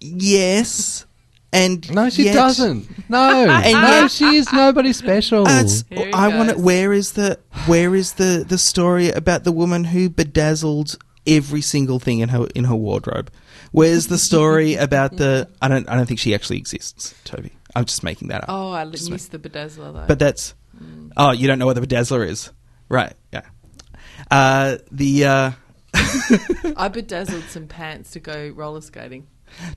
Yes, and No, she yet- doesn't. No, And no, yet- she is nobody special. Uh, it's- Here he I want to. goes. Where is the where is the the story about the woman who bedazzled every single thing in her in her wardrobe? Where's the story about the? I don't. I don't think she actually exists, Toby. I'm just making that up. Oh, Mm. I l- Just missed the bedazzler though. But that's oh, you don't know what the bedazzler is, right? Yeah. Uh, the uh, I bedazzled some pants to go roller skating.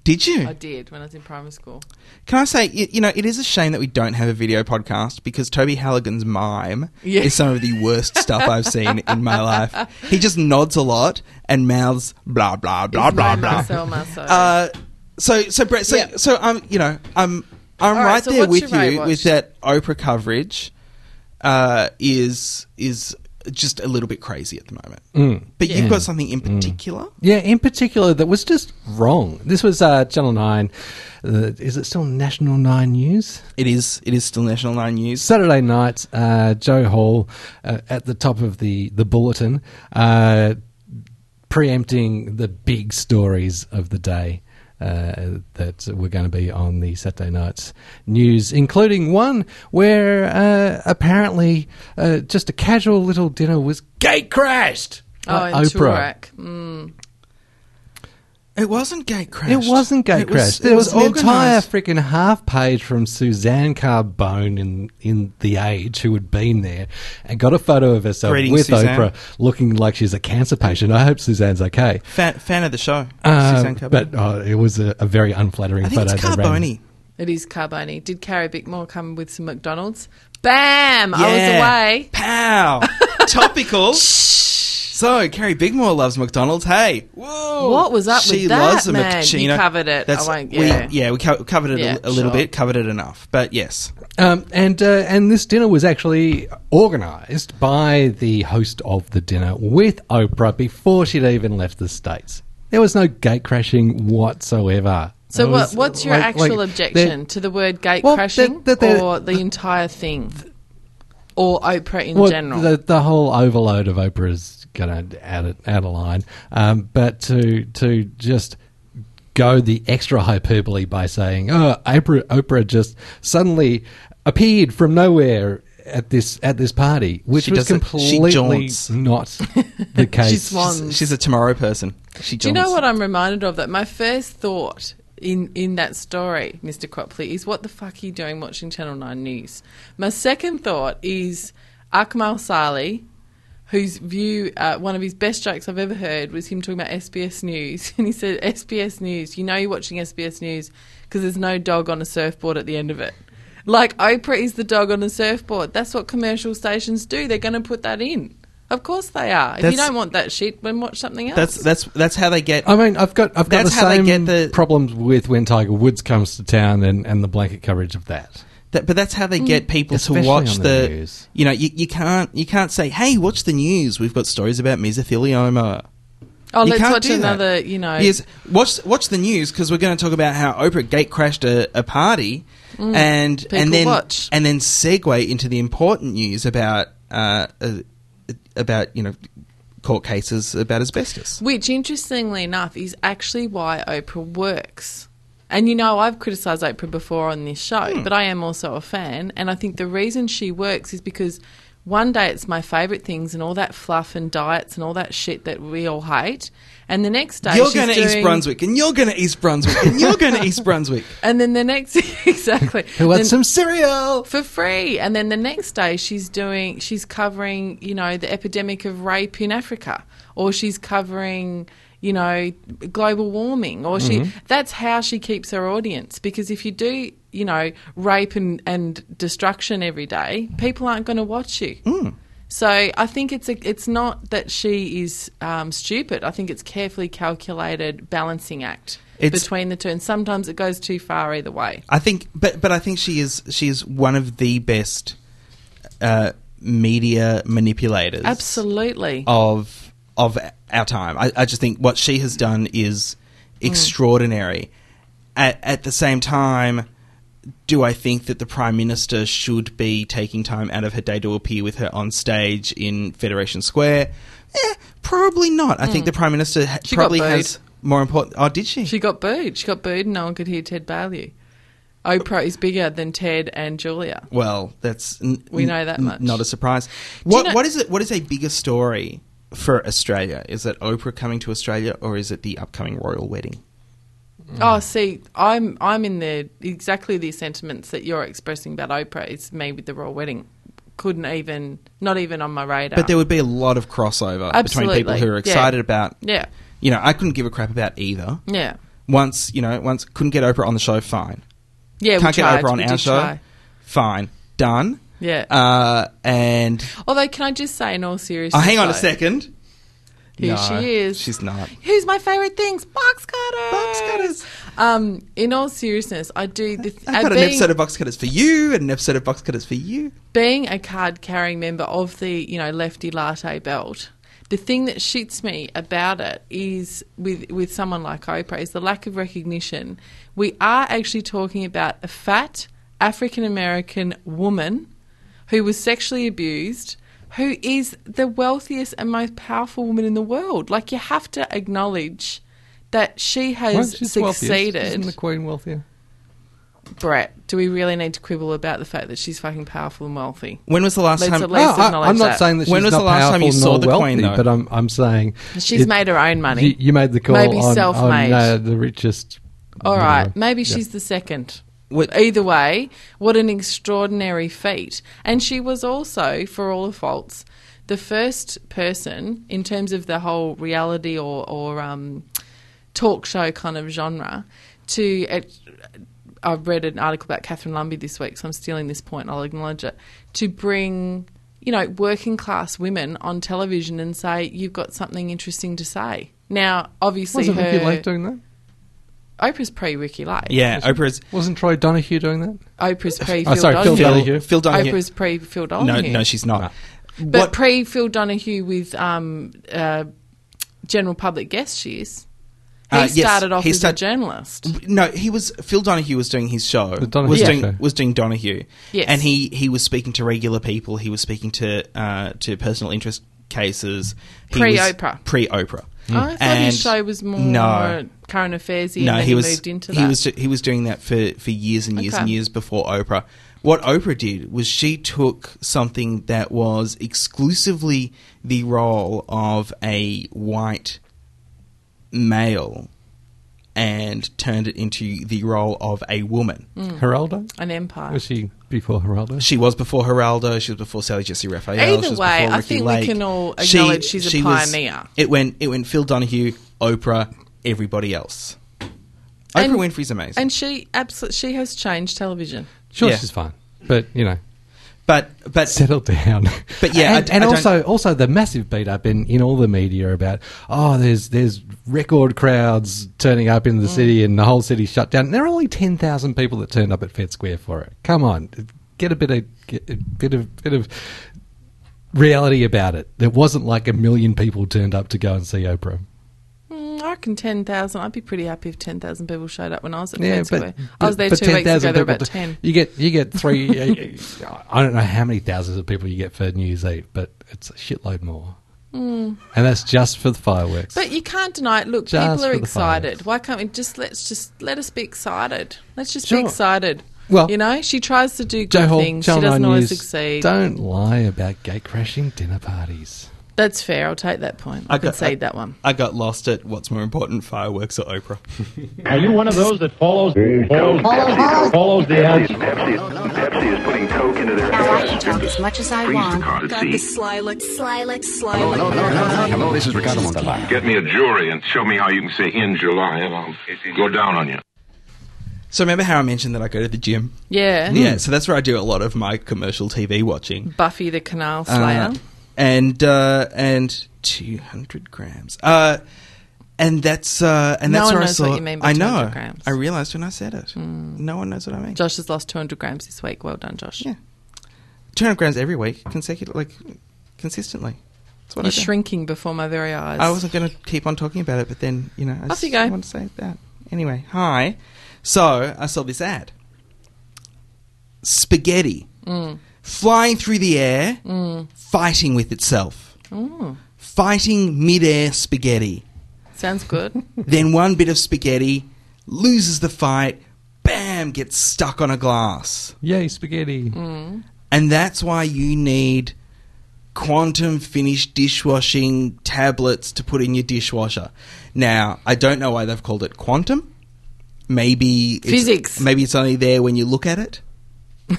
did you? I did when I was in primary school. Can I say you, you know it is a shame that we don't have a video podcast because Toby Halligan's mime Yeah. is some of the worst stuff I've seen in my life. He just nods a lot and mouths blah blah blah It's blah my blah. Marcel Marceau. Uh, so so Brett, so Yeah. so I'm you know I'm I'm All right, right, so there what's with your you rate with watch? that Oprah coverage uh, is is just a little bit crazy at the moment. Mm. But you've got something in particular. Yeah, in particular, that was just wrong. This was uh, Channel 9. Uh, is it still National 9 News? It is it is still National Nine News. Saturday night, uh, Joe Hall uh, at the top of the, the bulletin, uh, preempting the big stories of the day uh, that were going to be on the Saturday night's news, including one where uh, apparently uh, just a casual little dinner was gate crashed. Oh, by in Toorak. Mm. It wasn't gate crashed. It wasn't gate It was- crash. it there was, an organised. entire freaking half page from Suzanne Carbone in in the Age who had been there and got a photo of herself Greetings, with Suzanne. Oprah looking like she's a cancer patient. I hope Suzanne's okay. fan, fan of the show. Um, Suzanne Carbone. but uh, it was a, a very unflattering I think photo. it's they ran. Carboni. It is Carboni. Did Carrie Bickmore come with some McDonald's? Bam! I was away. Pow. Topical. So Carrie Bigmore loves McDonald's. Hey, whoa! What was up with she that, loves a man? You McChino. covered it. I won't- yeah. we, yeah, we co- covered it Yeah, a, a little sure. bit. Covered it enough. But yes, Um, and uh, and this dinner was actually organised by the host of the dinner with Oprah before she'd even left the states. There was no gate crashing whatsoever. So, It what, was what's your like- actual like they're- objection to the word gate Well, crashing that- that they're- or the entire thing? Or Oprah in well, general? The, the whole overload of Oprah's going to add it out of line. Um, but to to just go the extra hyperbole by saying, "Oh, Oprah, Oprah just suddenly appeared from nowhere." At this at this party, which She was doesn't- she completely jaunts. not the case. swans. she's, she's a tomorrow person. She Do you know jaunts. what I'm reminded of? That my first thought in in that story, Mr. Cropley, is what the fuck are you doing watching Channel Nine News? My second thought is Akmal Sali, whose view uh, one of his best jokes I've ever heard was him talking about SBS News, and he said SBS News. You know you're watching SBS News because there's no dog on a surfboard at the end of it. Like Oprah is the dog on the surfboard. That's what commercial stations do. They're going to put that in. Of course they are. If you That's- don't want that shit, then watch something else. That's that's that's how they get. I mean, I've got I've got the That's how they same get the- problems with when Tiger Woods comes to town and, and the blanket coverage of that. That, but that's how they get people mm, Especially to watch on the. the news. You know, you, you can't you can't say, "Hey, watch the news. We've got stories about mesothelioma." Oh, You let's can't watch do that. another. You know, Yes, watch watch the news because we're going to talk about how Oprah gate crashed a, a party, and Mm. People and then watch. and then segue into the important news about uh, uh, about you know court cases about asbestos. which interestingly enough is actually why Oprah works. And you know, I've criticised Oprah before on this show, Hmm. but I am also a fan, and I think the reason she works is because one day it's my favourite things and all that fluff and diets and all that shit that we all hate, and the next day You're she's going to East doing- Brunswick, and you're going to East Brunswick, and you're going to East Brunswick. and then the next exactly Who Then- wants some cereal? for free. And then the next day, she's doing, she's covering, you know, the epidemic of rape in Africa, or she's covering, you know, global warming, or she. That's how she keeps her audience because if you do, you know, rape and, and destruction every day, people aren't going to watch you. So I think it's a, it's not that she is um, stupid. I think it's carefully calculated balancing act It's- between the two, and sometimes it goes too far either way. I think, but but I think she is she is one of the best uh, media manipulators. Absolutely. of of our time. I, I just think what she has done is extraordinary. At, at the same time, do I think that the prime minister should be taking time out of her day to appear with her on stage in Federation Square? Eh, probably not. I think the prime minister ha- She got probably booed. has more important. Oh, did she? She got booed. She got booed, and no one could hear Ted Bailey. Oprah is bigger than Ted and Julia. Well, that's n- We know that n- much. Not a surprise. What know- what is it? What is a bigger story for Australia? Is it Oprah coming to Australia, or is it the upcoming royal wedding? Mm. Oh, see, I'm I'm in the exactly the sentiments that you're expressing about Oprah. It's me with the royal wedding. Couldn't even, not even on my radar. But there would be a lot of crossover Absolutely, between people who are yeah. excited about. Yeah. You know, I couldn't give a crap about either. yeah, Once, you know, once couldn't get Oprah on the show, fine. yeah. we Can't get tried. Oprah on We our did show, try. fine. Done. Yeah. Uh, and Although, can I just say, in all seriousness, oh, hang on a though- second. who No, she is. she's not. Who's my favourite things? Box cutters. Box cutters. Um, in all seriousness, I do the. Th- I've and got an being- episode of Box Cutters for you and an episode of Box Cutters for you. being a card carrying member of the you know lefty latte belt the thing that shits me about it is with with someone like Oprah is the lack of recognition we are actually talking about a fat African American woman who was sexually abused who is the wealthiest and most powerful woman in the world like you have to acknowledge that she has succeeded Isn't the Queen wealthier? Brett do we really need to quibble about the fact that she's fucking powerful and wealthy When was the last Let's time? at least- Ah, Let's acknowledge Oh, I'm not that. saying that she's When was not the last time powerful you saw nor the wealthy, Queen, though? But I'm, I'm saying She's made her own money. You, you made the call Maybe on, on self-made. uh, the richest. All whatever. right, maybe Yeah. she's the second. What- Either way, what an extraordinary feat. And she was also, for all her faults, the first person in terms of the whole reality or, or um, talk show kind of genre to. It, I've read an article about Catherine Lumby this week, so I'm stealing this point. I'll acknowledge it. To bring, you know, working class women on television and say you've got something interesting to say. Now, obviously, Wasn't her Ricky Lake doing that? Oprah's pre Ricky Lake. yeah, Oprah's. Wasn't Troy Donahue doing that? Oprah's pre Oh, Phil sorry, Phil Donahue. Donahue. Phil Donahue. Oprah's pre Phil no, Donahue. no, she's not. But pre Phil Donahue with um, uh, general public guest she is. He Uh, yes, started off he as start- Mm. a journalist. No, he was Phil Donahue was doing his show. The Donahue was Yeah. doing show. was doing Donahue. Yes. and he he was speaking to regular people. He was speaking to uh, to personal interest cases. He was- Pre-Oprah. Pre-Oprah. Hmm. I thought And- his show was more no. current affairs and No, then he was moved into he that. was he was doing that for for years and years and Okay. years before Oprah. What Oprah did was she took something that was exclusively the role of a white male and turned it into the role of a woman. Hmm. Geraldo? an empire. Was she before Geraldo? She was before Geraldo. She was before Sally Jesse Raphael. Either she was way, before I Ricky think we Lake. can all She- acknowledge she's a she was- pioneer. it went. It went. Phil Donahue, Oprah, everybody else. Oprah And- Winfrey's amazing, And she absolutely she has changed television. Sure, Yeah. she's fine. But, you know, but but settle down. But yeah, I and, d- and I don't- also also the massive beat up in, in all the media about oh, there's there's record crowds turning up in the Mm. city and the whole city shut down. there are only ten thousand people that turned up at Fed Square for it. Come on, get a bit of get a bit of bit of reality about it. There wasn't like a million people turned up to go and see Oprah. Mm, I reckon 10,000. I'd be pretty happy if 10,000 people showed up when I was at Yeah, Fed but, Square. I was there but two weeks ago. 10,000 There were people about to- 10. You get you get three. I don't know how many thousands of people you get for New Year's Eve, but it's a shitload more. And that's just for the fireworks. Hmm. But you can't deny it. Look, Just people are for the excited. fireworks. Why can't we just let's just let us be excited? Let's just Sure. be excited. Well- you know, she tries to do good Joe Hall, things. Channel she doesn't 9 always News, succeed. Don't lie about gate crashing dinner parties. That's fair. I'll take that point. I, concede that one. I got lost at what's more important, fireworks or Oprah. Are you one of those that follows follows, follows the answer? Pepsi is, Pepsi is putting Coke into their Now I can talk as much as I want. Got the sly look, sly look, sly look. Hello, this is Ricardo Montalban. Get me a jury and show me how you can say in July, and I'll go down on you. So remember how I mentioned that I go to the gym? Hmm. Yeah. Hmm. Yeah, so that's where I do a lot of my commercial TV watching. Buffy the Canal Slayer. Uh, and uh, and two hundred grams. Uh, and that's uh, and No that's one where I knows saw. what you mean by I know. 200 grams. Hmm. I realized when I said it. No one knows what I mean. Josh has lost 200 grams this week. Well done, Josh. Yeah. Two hundred grams every week, consecutive, like consistently. That's what You're I do. shrinking before my very eyes. I wasn't going to keep on talking about it, but then you know, I Off just you go. want to say that anyway. Hi. So I saw this ad: spaghetti Mm. flying through the air, fighting with itself, Mm. fighting mid-air spaghetti. Sounds good. then one bit of spaghetti loses the fight. Bam! Gets stuck on a glass. Yay, spaghetti. Mm. And that's why you need quantum finished dishwashing tablets to put in your dishwasher. Now, I don't know why they've called it quantum. Maybe it's- Physics. maybe it's only there when you look at it.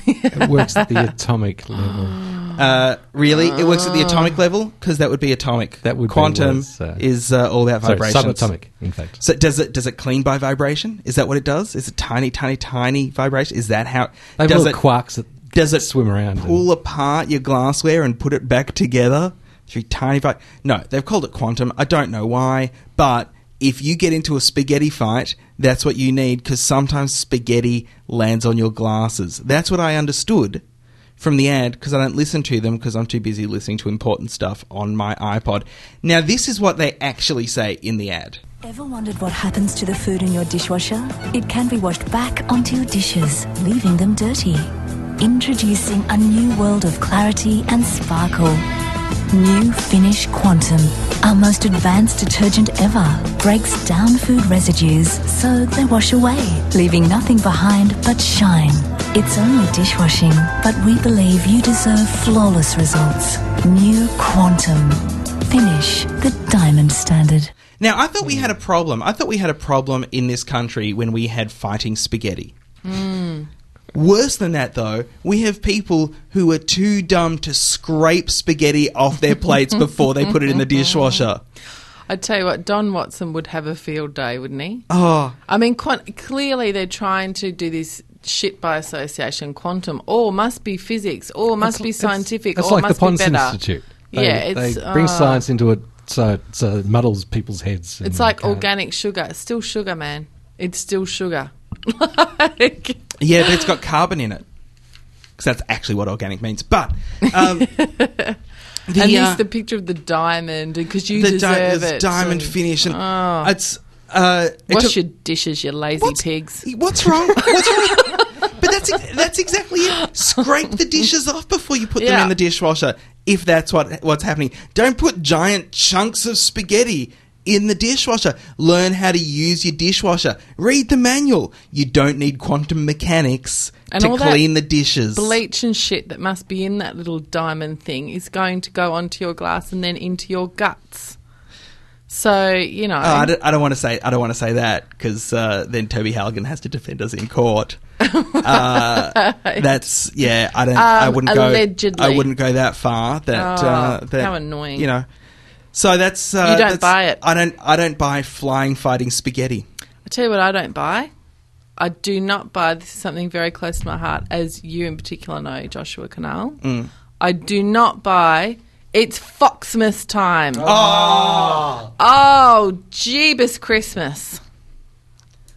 It works at the atomic level. Uh, really, it works at the atomic level because that would be atomic. That would be quantum worse, uh, is uh, all about Sorry, vibrations. subatomic, in fact. So does it does it clean by vibration? Is that what it does? Is it tiny, tiny, tiny vibration? Is that how? They have does little it quarks that does it swim around. and- pull apart your glassware and put it back together three tiny fight. No, they've called it quantum. I don't know why, but if you get into a spaghetti fight, that's what you need because sometimes spaghetti lands on your glasses. That's what I understood from the ad because I don't listen to them because I'm too busy listening to important stuff on my iPod. Now, this is what they actually say in the ad. Ever wondered what happens to the food in your dishwasher? It can be washed back onto your dishes, leaving them dirty. Introducing a new world of clarity and sparkle. New Finish Quantum, our most advanced detergent ever, breaks down food residues so they wash away, leaving nothing behind but shine. It's only dishwashing, but we believe you deserve flawless results. New Quantum. Finish the diamond standard. Now, I thought we Hmm. had a problem. I thought we had a problem in this country when we had fighting spaghetti. Hmm. Worse than that, though, we have people who are too dumb to scrape spaghetti off their plates before they put it in the dishwasher. I tell you what, Don Watson would have a field day, wouldn't he? Oh, I mean, quant- clearly they're trying to do this shit by association, quantum, or must be physics, or must be scientific, That's or like the must Ponce be better. Institute. They, yeah, it's they bring uh, science into it, so it so it muddles people's heads. and It's like they can't- organic sugar. It's still sugar, man. It's still sugar. like, yeah, but it's got carbon in it. Because that's actually what organic means. But um, the, and uh, this the picture of the diamond because you the di- deserve this it. diamond and- finish and Oh. it's uh, it Wash took- your dishes, you lazy What's- pigs. What's wrong? What's wrong? But that's ex- that's exactly it. Scrape the dishes off before you put them Yeah. in the dishwasher. If that's what what's happening, don't put giant chunks of spaghetti in the dishwasher. Learn how to use your dishwasher. Read the manual. You don't need quantum mechanics And to all that clean the dishes. Bleach and shit that must be in that little diamond thing is going to go onto your glass and then into your guts. So you know, Oh, I don't, I don't want to say I don't want to say that because uh, then Toby Halligan has to defend us in court. Uh, that's yeah. I don't. I Um, wouldn't go. allegedly. I wouldn't go that far. That, uh, Oh, that how annoying. You know. So that's uh, You don't that's- buy it. I don't. I don't buy flying fighting spaghetti. I tell you what, I don't buy. I do not buy. This is something very close to my heart, as you in particular know, Joshua Canal. I do not buy. It's Foxmas time. Oh, oh, Jeebus Christmas!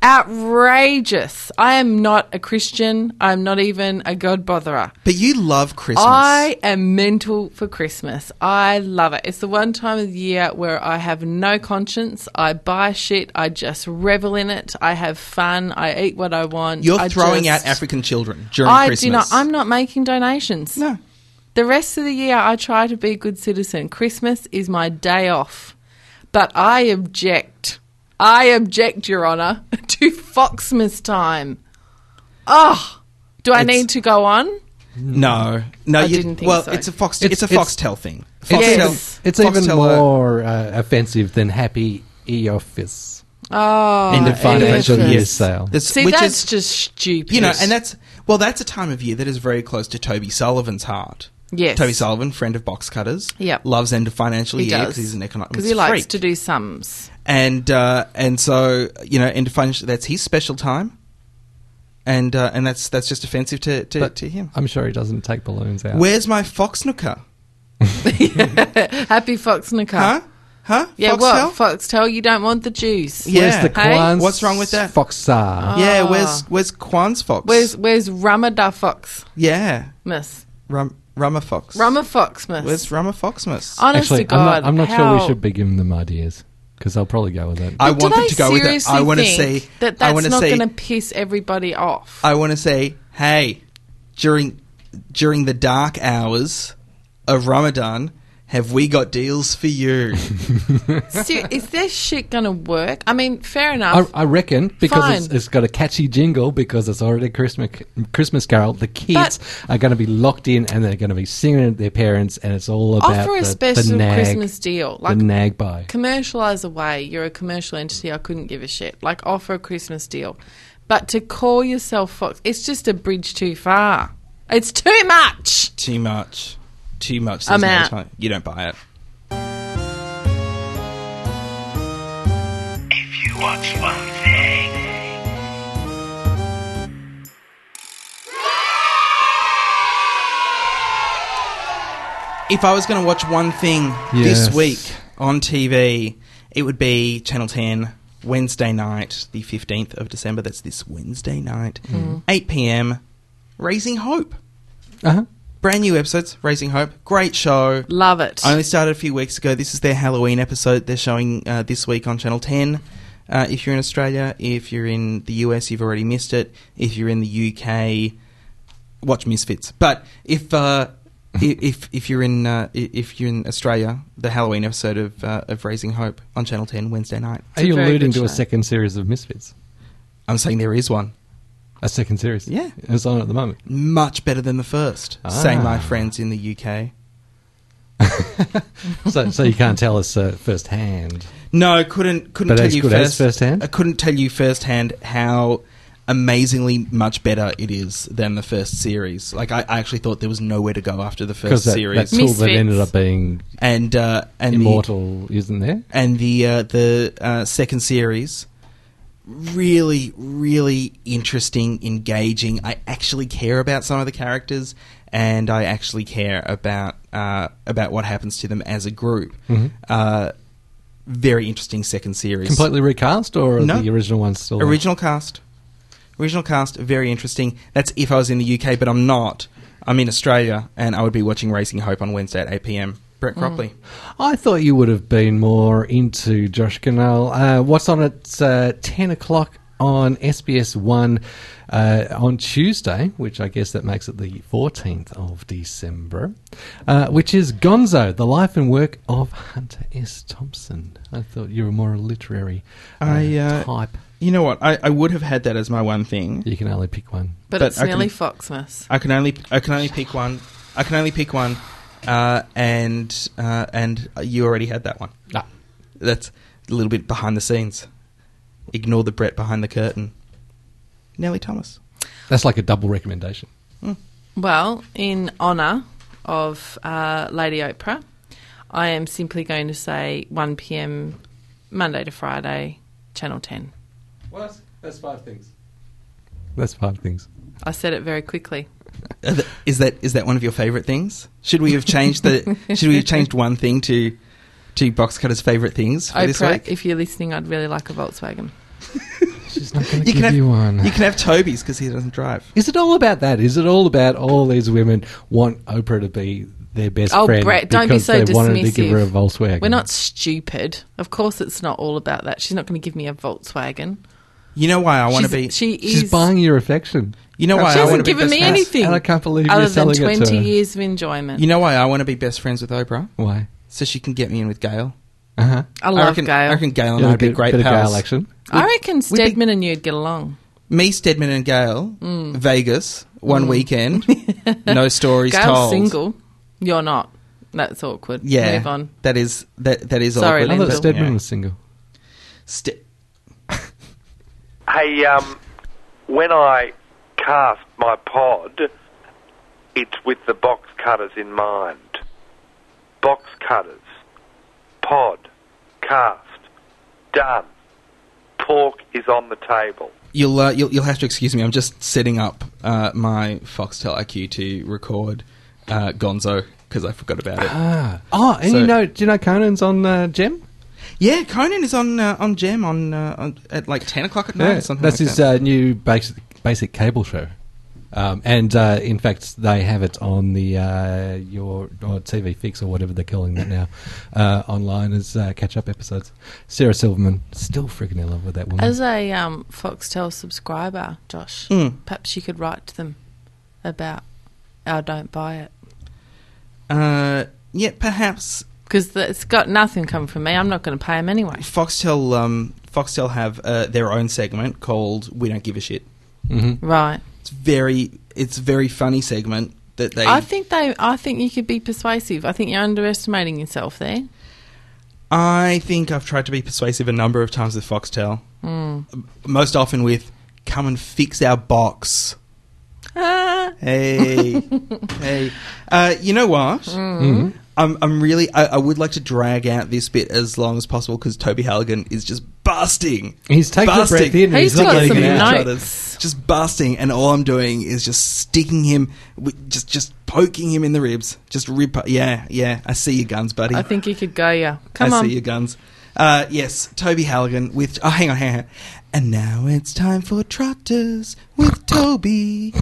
Outrageous! I am not a Christian. I'm not even a God botherer. But you love Christmas. I am mental for Christmas. I love it. It's the one time of the year where I have no conscience. I buy shit. I just revel in it. I have fun. I eat what I want. You're I throwing just- out African children during I Christmas. do not. I'm not making donations. No. The rest of the year, I try to be a good citizen. Christmas is my day off. But I object. I object, Your Honour, to Foxmas time. Oh, do I It's- need to go on? No. No. I you, didn't think well, so. it's a fox. It's, It's- a it's- foxtel thing. Foxtel- Yes. It's even Foxtel are- more uh, offensive than Happy Eoffice. Oh, End of financial Eofus. year sale. It's- See, which that's is- just stupid. You know, and that's well, that's a time of year that is very close to Toby Sullivan's heart. Yes. Toby Sullivan, friend of box cutters, Yep. loves end of financial he year does because he's an economics 'Cause he likes freak. to do sums. and uh, and so you know, end of financial that's his special time, and uh, and that's that's just offensive to to, But to him. I'm sure he doesn't take balloons out. Where's my fox nooker? Happy Fox Nika. Huh? Huh? Yeah, Foxtel? well, Foxtel, you don't want the juice. Yeah. Where's the Hey? Ah. Kwan's What's wrong with that? Foxar. yeah, where's where's Quan's fox? Where's Where's Ramada Fox, yeah, Miss Rum, Rummer fox? Rama Fox, Miss? Where's Rummer foxmas? Honest Actually, to God, I'm not, I'm not how... sure we should be giving them ideas because I'll probably go with it. I But do want them they to go with it. seriously I want to think see that I that's want to not see going to piss everybody off. I want to say, hey, during during the dark hours of Ramadan, have we got deals for you? Ser- is this shit going to work? I mean, fair I, enough. I reckon because it's, Fine. it's got a catchy jingle because it's already Christmas Christmas Carol. The kids are going to be locked in and they're going to be singing at their parents, and it's all about Offer the, a the special nag, Christmas deal, like the nag by. commercialize away. You're a commercial entity. I couldn't give a shit. Like offer a Christmas deal, but to call yourself Fox, it's just a bridge too far. It's too much. Too much. Too much. I'm There's no out. time. You don't buy it. If you watch one thing, if I was going to watch one thing Yes. this week on TV, it would be Channel 10, Wednesday night, the 15th of December. That's this Wednesday night, Mm-hmm. 8 p.m., Raising Hope. Uh-huh. Brand new episodes, Raising Hope. Great show. Love it. I only started a few weeks ago. This is their Halloween episode they're showing uh, this week on Channel 10. Uh, if you're in Australia, if you're in the US, you've already missed it. If you're in the UK, watch Misfits. But if uh, i- if if you're in uh, i- if you're in Australia, the Halloween episode of uh, of Raising Hope on Channel 10 Wednesday night. Are you very alluding good to a show. second series of Misfits? I'm saying there is one A second series? Yeah. It's on at the moment. much better than the first. Say Ah. my friends in the UK. So, so you can't tell us uh, firsthand. No, couldn't couldn't But tell as you good as first, firsthand? I couldn't tell you firsthand how amazingly much better it is than the first series. Like I, I actually thought there was nowhere to go after the Because first that, that series. tool that Misfits. ended up being and uh, and the, immortal isn't there? and the uh, the uh, second series really really interesting engaging i actually care about some of the characters and i actually care about uh, about what happens to them as a group Mm-hmm. uh, very interesting second series Completely recast, or are No. the original one's still there? original cast original cast very interesting that's if i was in the uk but i'm not i'm in australia and i would be watching racing hope on wednesday at 8pm brett cropley I thought you would have been more into Josh Canal. Uh, what's on at uh, 10 o'clock on SBS 1 uh, on Tuesday, which I guess that makes it the 14th of December, uh, which is Gonzo, the life and work of Hunter S. Thompson. I thought you were more a literary uh, I, uh, type. You know what? I, I would have had that as my one thing. You can only pick one. but, but it's I can- nearly Foxmas. I can only I can only pick one. I can only pick one, uh, and uh, and you already had that one. Ah. That's a little bit behind the scenes. Ignore the Brett behind the curtain. Nellie Thomas. That's like a double recommendation. Well, in honour of uh, Lady Oprah, I am simply going to say 1 p.m. Monday to Friday, Channel 10. What? That's five things. That's five things. I said it very quickly. Are Uh, th- Is that is that one of your favourite things? Should we have changed the Should we have changed one thing to to Box Cutter's favourite things for this Oprah, week? if you're listening, I'd really like a Volkswagen. She's not going to You give can, have, you one. you can have Toby's because he doesn't drive. Is it all about that? Is it all about all these women want Oprah to be their best Oh, friend? Brett, don't be because so they wanted to give her a dismissive. Volkswagen. We're not stupid. Of course, it's not all about that. She's not going to give me a Volkswagen. You know why I want to She's- be. She She's is. buying your affection. you know why she I want hasn't to be given best me friends- anything. And I can't believe other you're than selling it to 20 her. years of enjoyment. You know why I want to be best friends with Oprah? Why? So she can get me in with Gail. Uh huh. I love reckon, Gail. I reckon Gail and I would Uh-huh. be great bit pals. of Gail action. I reckon we'd be- Stedman and you'd get along. Me, Stedman, and Gail, Mm. Vegas, one weekend, no stories Gail's told. single. You're not. That's awkward. Yeah, Move on. that is that that is Sorry, I awkward. thought Linda. but- Stedman yeah. was single. Ste- Hey, um, when I cast my pod, it's with the box cutters in mind. Box cutters. Pod. Cast. Done. Pork is on the table. You'll, uh, you'll you'll have to excuse me. I'm just setting up uh, my Foxtel IQ to record uh, Gonzo because I forgot about it. Ah. Oh, and So- you know, do you know Conan's on uh, Gem? yeah, Conan is on uh, on Gem on, uh, on at like ten o'clock at night. or Yeah, something that's like his that. Uh, new basic basic cable show. Um, and uh, in fact, they have it on the uh, your or TV fix or whatever they're calling that now uh, online as uh, catch up episodes. Sarah Silverman still freaking in love with that woman. As a um, Foxtel subscriber, Josh, Hmm. perhaps you could write to them about our don't buy it. Uh, yeah, perhaps Because it's got nothing coming from me. I'm not going to pay them anyway. Foxtel um, Foxtel have uh, their own segment called "We Don't Give a Shit." Mm-hmm. Right. It's very it's a very funny segment that they. I think they. I think you could be persuasive. I think you're underestimating yourself there. I think I've tried to be persuasive a number of times with Foxtel. Hmm. M- Most often with "Come and fix our box." Ah, Hmm. Hey, hey. Uh, you know what? I'm, I'm really. I, I would like to drag out this bit as long as possible because Toby Halligan is just busting. He's taking a busting. breath in and He's he's not got letting some it out. notes. Trotters. Just busting, and all I'm doing is just sticking him, with, just just poking him in the ribs. Just rip. Yeah, yeah. I see your guns, buddy. I think you could go, yeah. Come I on. see your guns. Uh, yes, Toby Halligan with. Oh, hang on, hang on. And now it's time for Trotters with Toby.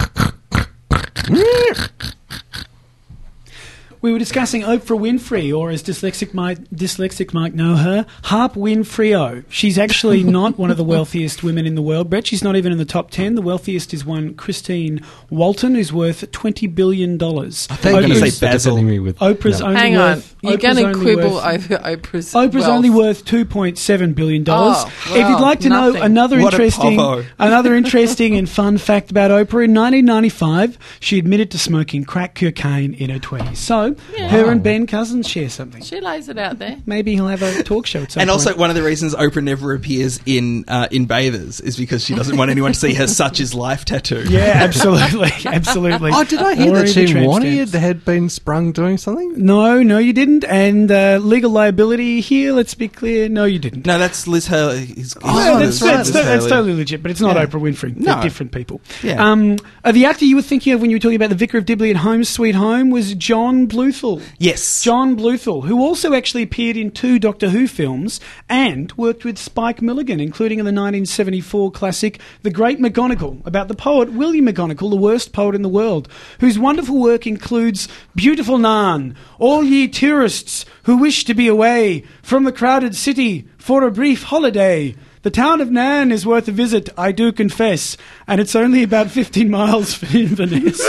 We were discussing Oprah Winfrey, or as dyslexic might dyslexic might know her, Harp Winfrio. She's actually not one of the wealthiest women in the world, Brett. She's not even in the top ten. The wealthiest is one Christine Walton, who's worth twenty billion dollars. I think I'm gonna say Basil. Oprah's No. only Hang on. worth. You're Oprah's going to only quibble worth- over Oprah's. Oprah's wealth. only worth two point seven billion dollars. Oh, if you'd well, like to nothing. know another What a interesting, povo. another interesting and fun fact about Oprah, in 1995 she admitted to smoking crack cocaine in her 20s. So Yeah. her and Ben Cousins share something. She lays it out there. Maybe he'll have a talk show at some and point. also, one of the reasons Oprah never appears in uh, in bathers is because she doesn't want anyone to see her "Such Is Life" tattoo. yeah, absolutely, absolutely. Oh, did I hear Or that even she tramp stamps. wanted had been sprung doing something? No, no, you didn't. And uh, legal liability here. Let's be clear. No, you didn't. No, that's Liz Haley. His- Yeah, Oh, that's, his- Liz that's, that's, Haley. totally legit, but it's not Yeah. Oprah Winfrey. No. They're different people. Yeah. Um, uh, the actor you were thinking of when you were talking about the Vicar of Dibley and Home Sweet Home was John Bluthal. Yes. John Bluthal, who also actually appeared in two Doctor Who films and worked with Spike Milligan, including in the 1974 classic The Great McGonagall, about the poet William McGonagall, the worst poet in the world, whose wonderful work includes Beautiful Narn, all ye tourists who wish to be away from the crowded city for a brief holiday. The town of Nan is worth a visit, I do confess, and it's only about 15 miles from Inverness.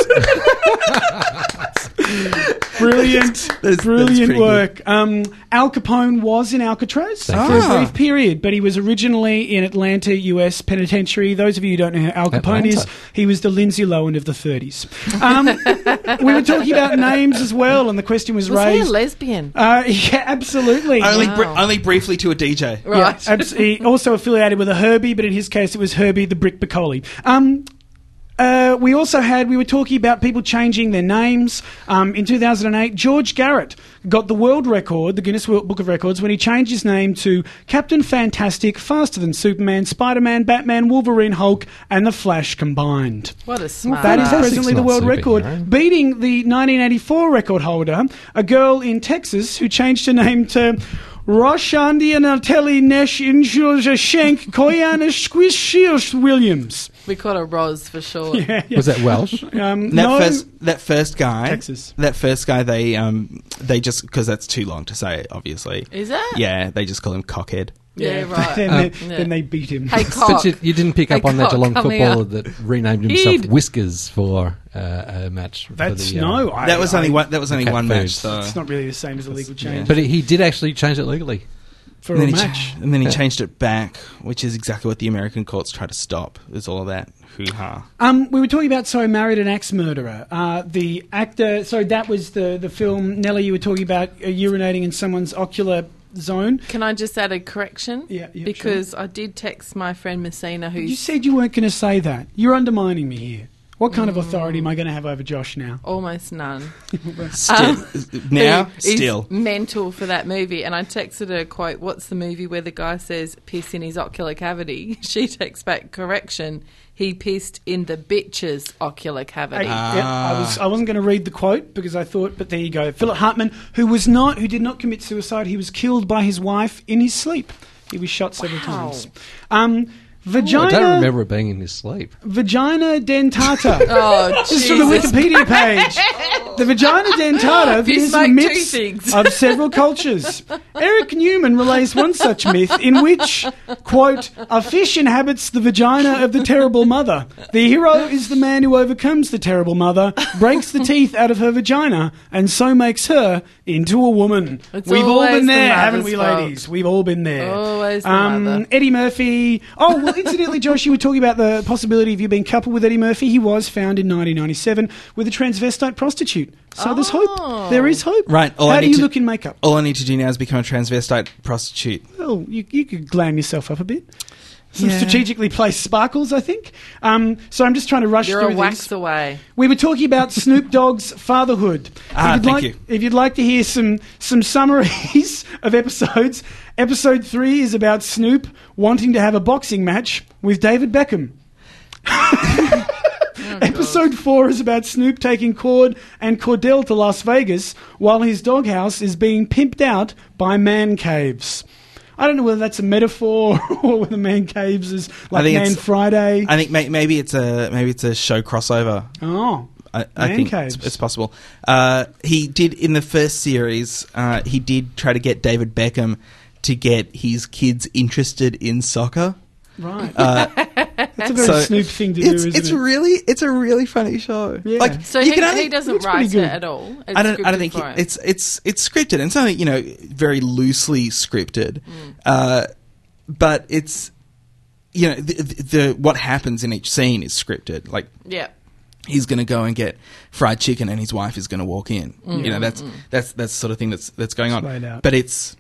brilliant, that's pretty brilliant good. work. Um, Al Capone was in Alcatraz Thank for you. a brief period, but he was originally in Atlanta, U.S. penitentiary. Those of you who don't know who Al Capone is, Atlanta. he was the Lindsay Lohan of the 30s. Um, we were talking about names as well, and the question was, Was he a raised. lesbian? uh, yeah, absolutely. Only br- Wow. only briefly to a DJ. Right. Yeah, abs- he also affiliated with a Herbie, but in his case, it was Herbie the Brick Bacoli. Um, uh, we also had, we were talking about people changing their names. Um, in 2008, George Garrett got the world record, the Guinness World Book of Records, when he changed his name to Captain Fantastic, Faster Than Superman, Spider Man, Batman, Wolverine, Hulk, and The Flash combined. What a smart. That is Fantastic's presently the not world record, superhero. beating the 1984 record holder, a girl in Texas who changed her name to Roshandia Natelli Nesh Injulja Shank Koyana Squishios Williams. we call her Roz for short. Yeah, yeah. Was that Welsh? Um, That no, first, that first guy, Texas. That first guy, they um, they just because that's too long to say, obviously. Is it? Yeah, they just call him cockhead. Yeah, right. Um, then, they, Yeah. then they beat him. Hey, But cock. you, you didn't pick Hey, up on that cock, Geelong come footballer here. that renamed himself He'd- Whiskers for uh, a match. That's for the, uh, no. I, That was I- only one. That was only Cat one foods. match, though. It's not really the same as a legal change But he- he did actually change it legally. for And a then, he cha- match. and then he changed it back, which is exactly what the American courts try to stop. Is all that hoo ha? Um, we were talking about so I married an axe murderer. Uh, the actor. So that was the the film Nellie. You were talking about uh, urinating in someone's ocular zone. Can I just add a correction? Yeah, yeah, because I did text my friend Messina, who's You said you weren't going to say that. You're undermining me here. What kind of authority am I going to have over Josh now? almost none. Still, Um, now, who is still. mental for that movie. And I texted her, quote, What's the movie where the guy says piss in his ocular cavity? She texts back, Correction, he pissed in the bitch's ocular I, cavity. Ah. yeah, I was I wasn't going to read the quote because I thought, but there you go. Philip Hartman, who was not, who did not commit suicide, he was killed by his wife in his sleep. He was shot several Wow. times. Um, vagina, I don't remember it being in his sleep. vagina dentata. oh, This is from the Jesus. Wikipedia page. The vagina dentata You is a spoke two myth things. of several cultures. Eric Newman relays one such myth in which, quote, a fish inhabits the vagina of the terrible mother. The hero is the man who overcomes the terrible mother, breaks the teeth out of her vagina, and so makes her into a woman. It's We've all always been the there, haven't mother's we, fault. ladies? We've all been there. Um, Always the mother. Eddie Murphy. Oh, well, incidentally, Josh, you were talking about the possibility of you being coupled with Eddie Murphy. He was found in 1997 with a transvestite prostitute. cute. So there's Oh. hope. There is hope. Right. all I How do need you to- Oh. look in makeup? All I need to do now is become a transvestite prostitute. Well, you, you could glam yourself up a bit. Some Yeah. strategically placed sparkles, I think. Um, so I'm just trying to rush You're through a wax these. away. We were talking about Snoop Dogg's fatherhood. Ah, if you'd thank like, you. If you'd like to hear some some summaries of episodes, episode three is about Snoop wanting to have a boxing match with David Beckham. Episode four is about Snoop taking Cord and Cordell to Las Vegas while his doghouse is being pimped out by man caves. I don't know whether that's a metaphor or whether man caves is like think Man it's- Friday. I think may- maybe it's a maybe it's a show crossover. oh, I, I Man think it's, caves. it's possible. Uh, he did in the first series. Uh, he did try to get David Beckham to get his kids interested in soccer. right. Uh, that's a very so Snoop thing to it's do, isn't it's it? really it's a really funny show. Yeah. Like So you he, can only- he looks doesn't pretty write it good. at all. It's I don't. I don't scripted think for him. it's it's it's scripted. It's only you know very loosely scripted, Hmm. uh, but it's you know the, the, the what happens in each scene is scripted. Like yeah. he's going to go and get fried chicken, and his wife is going to walk in. You know that's that's that's the sort of thing that's that's going on. It's laid out. But it's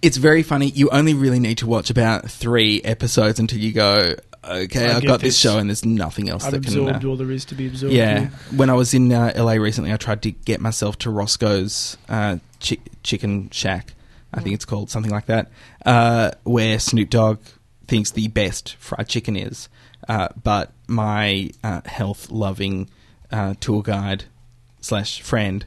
it's very funny. You only really need to watch about three episodes until you go. Okay, I I've get got this this. show, and there's nothing else I've that can. uh, absorbed all there is to be absorbed. yeah, when I was in uh, LA recently, I tried to get myself to Roscoe's uh, chi- Chicken Shack. I think it's called something like that, uh, where Snoop Dogg thinks the best fried chicken is. Uh, but my uh, health-loving uh, tour guide slash friend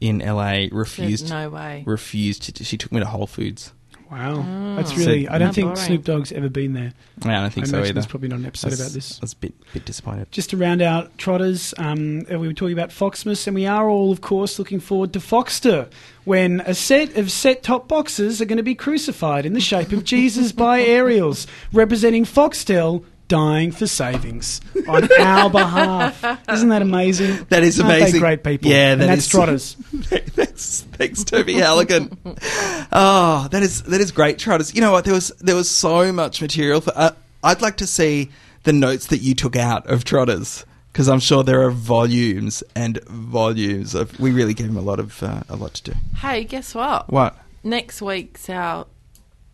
in LA refused. no way. Refused. To, she took me to Whole Foods. Wow, that's Oh. So- really. I don't How think boring. Snoop Dogg's ever been there. Yeah, I don't think I so imagine either. there's probably not an episode about this. I was a bit bit disappointed. Just to round out Trotters, um, we were talking about Foxmas, and we are all, of course, looking forward to Foxter, when a set of set top boxes are going to be crucified in the shape of Jesus by Ariels, representing Foxtel dying for savings on our behalf. Isn't that amazing? That is Aren't they amazing. great people. Yeah, And that that's is- Trotters. thanks, thanks, Toby Halligan. Oh, that is that is great, Trotters. You know what? There was there was so much material for. Uh, I'd like to see the notes that you took out of Trotters because I'm sure there are volumes and volumes of. We really gave him a lot of uh, a lot to do. Hey, guess what? What? Next week's our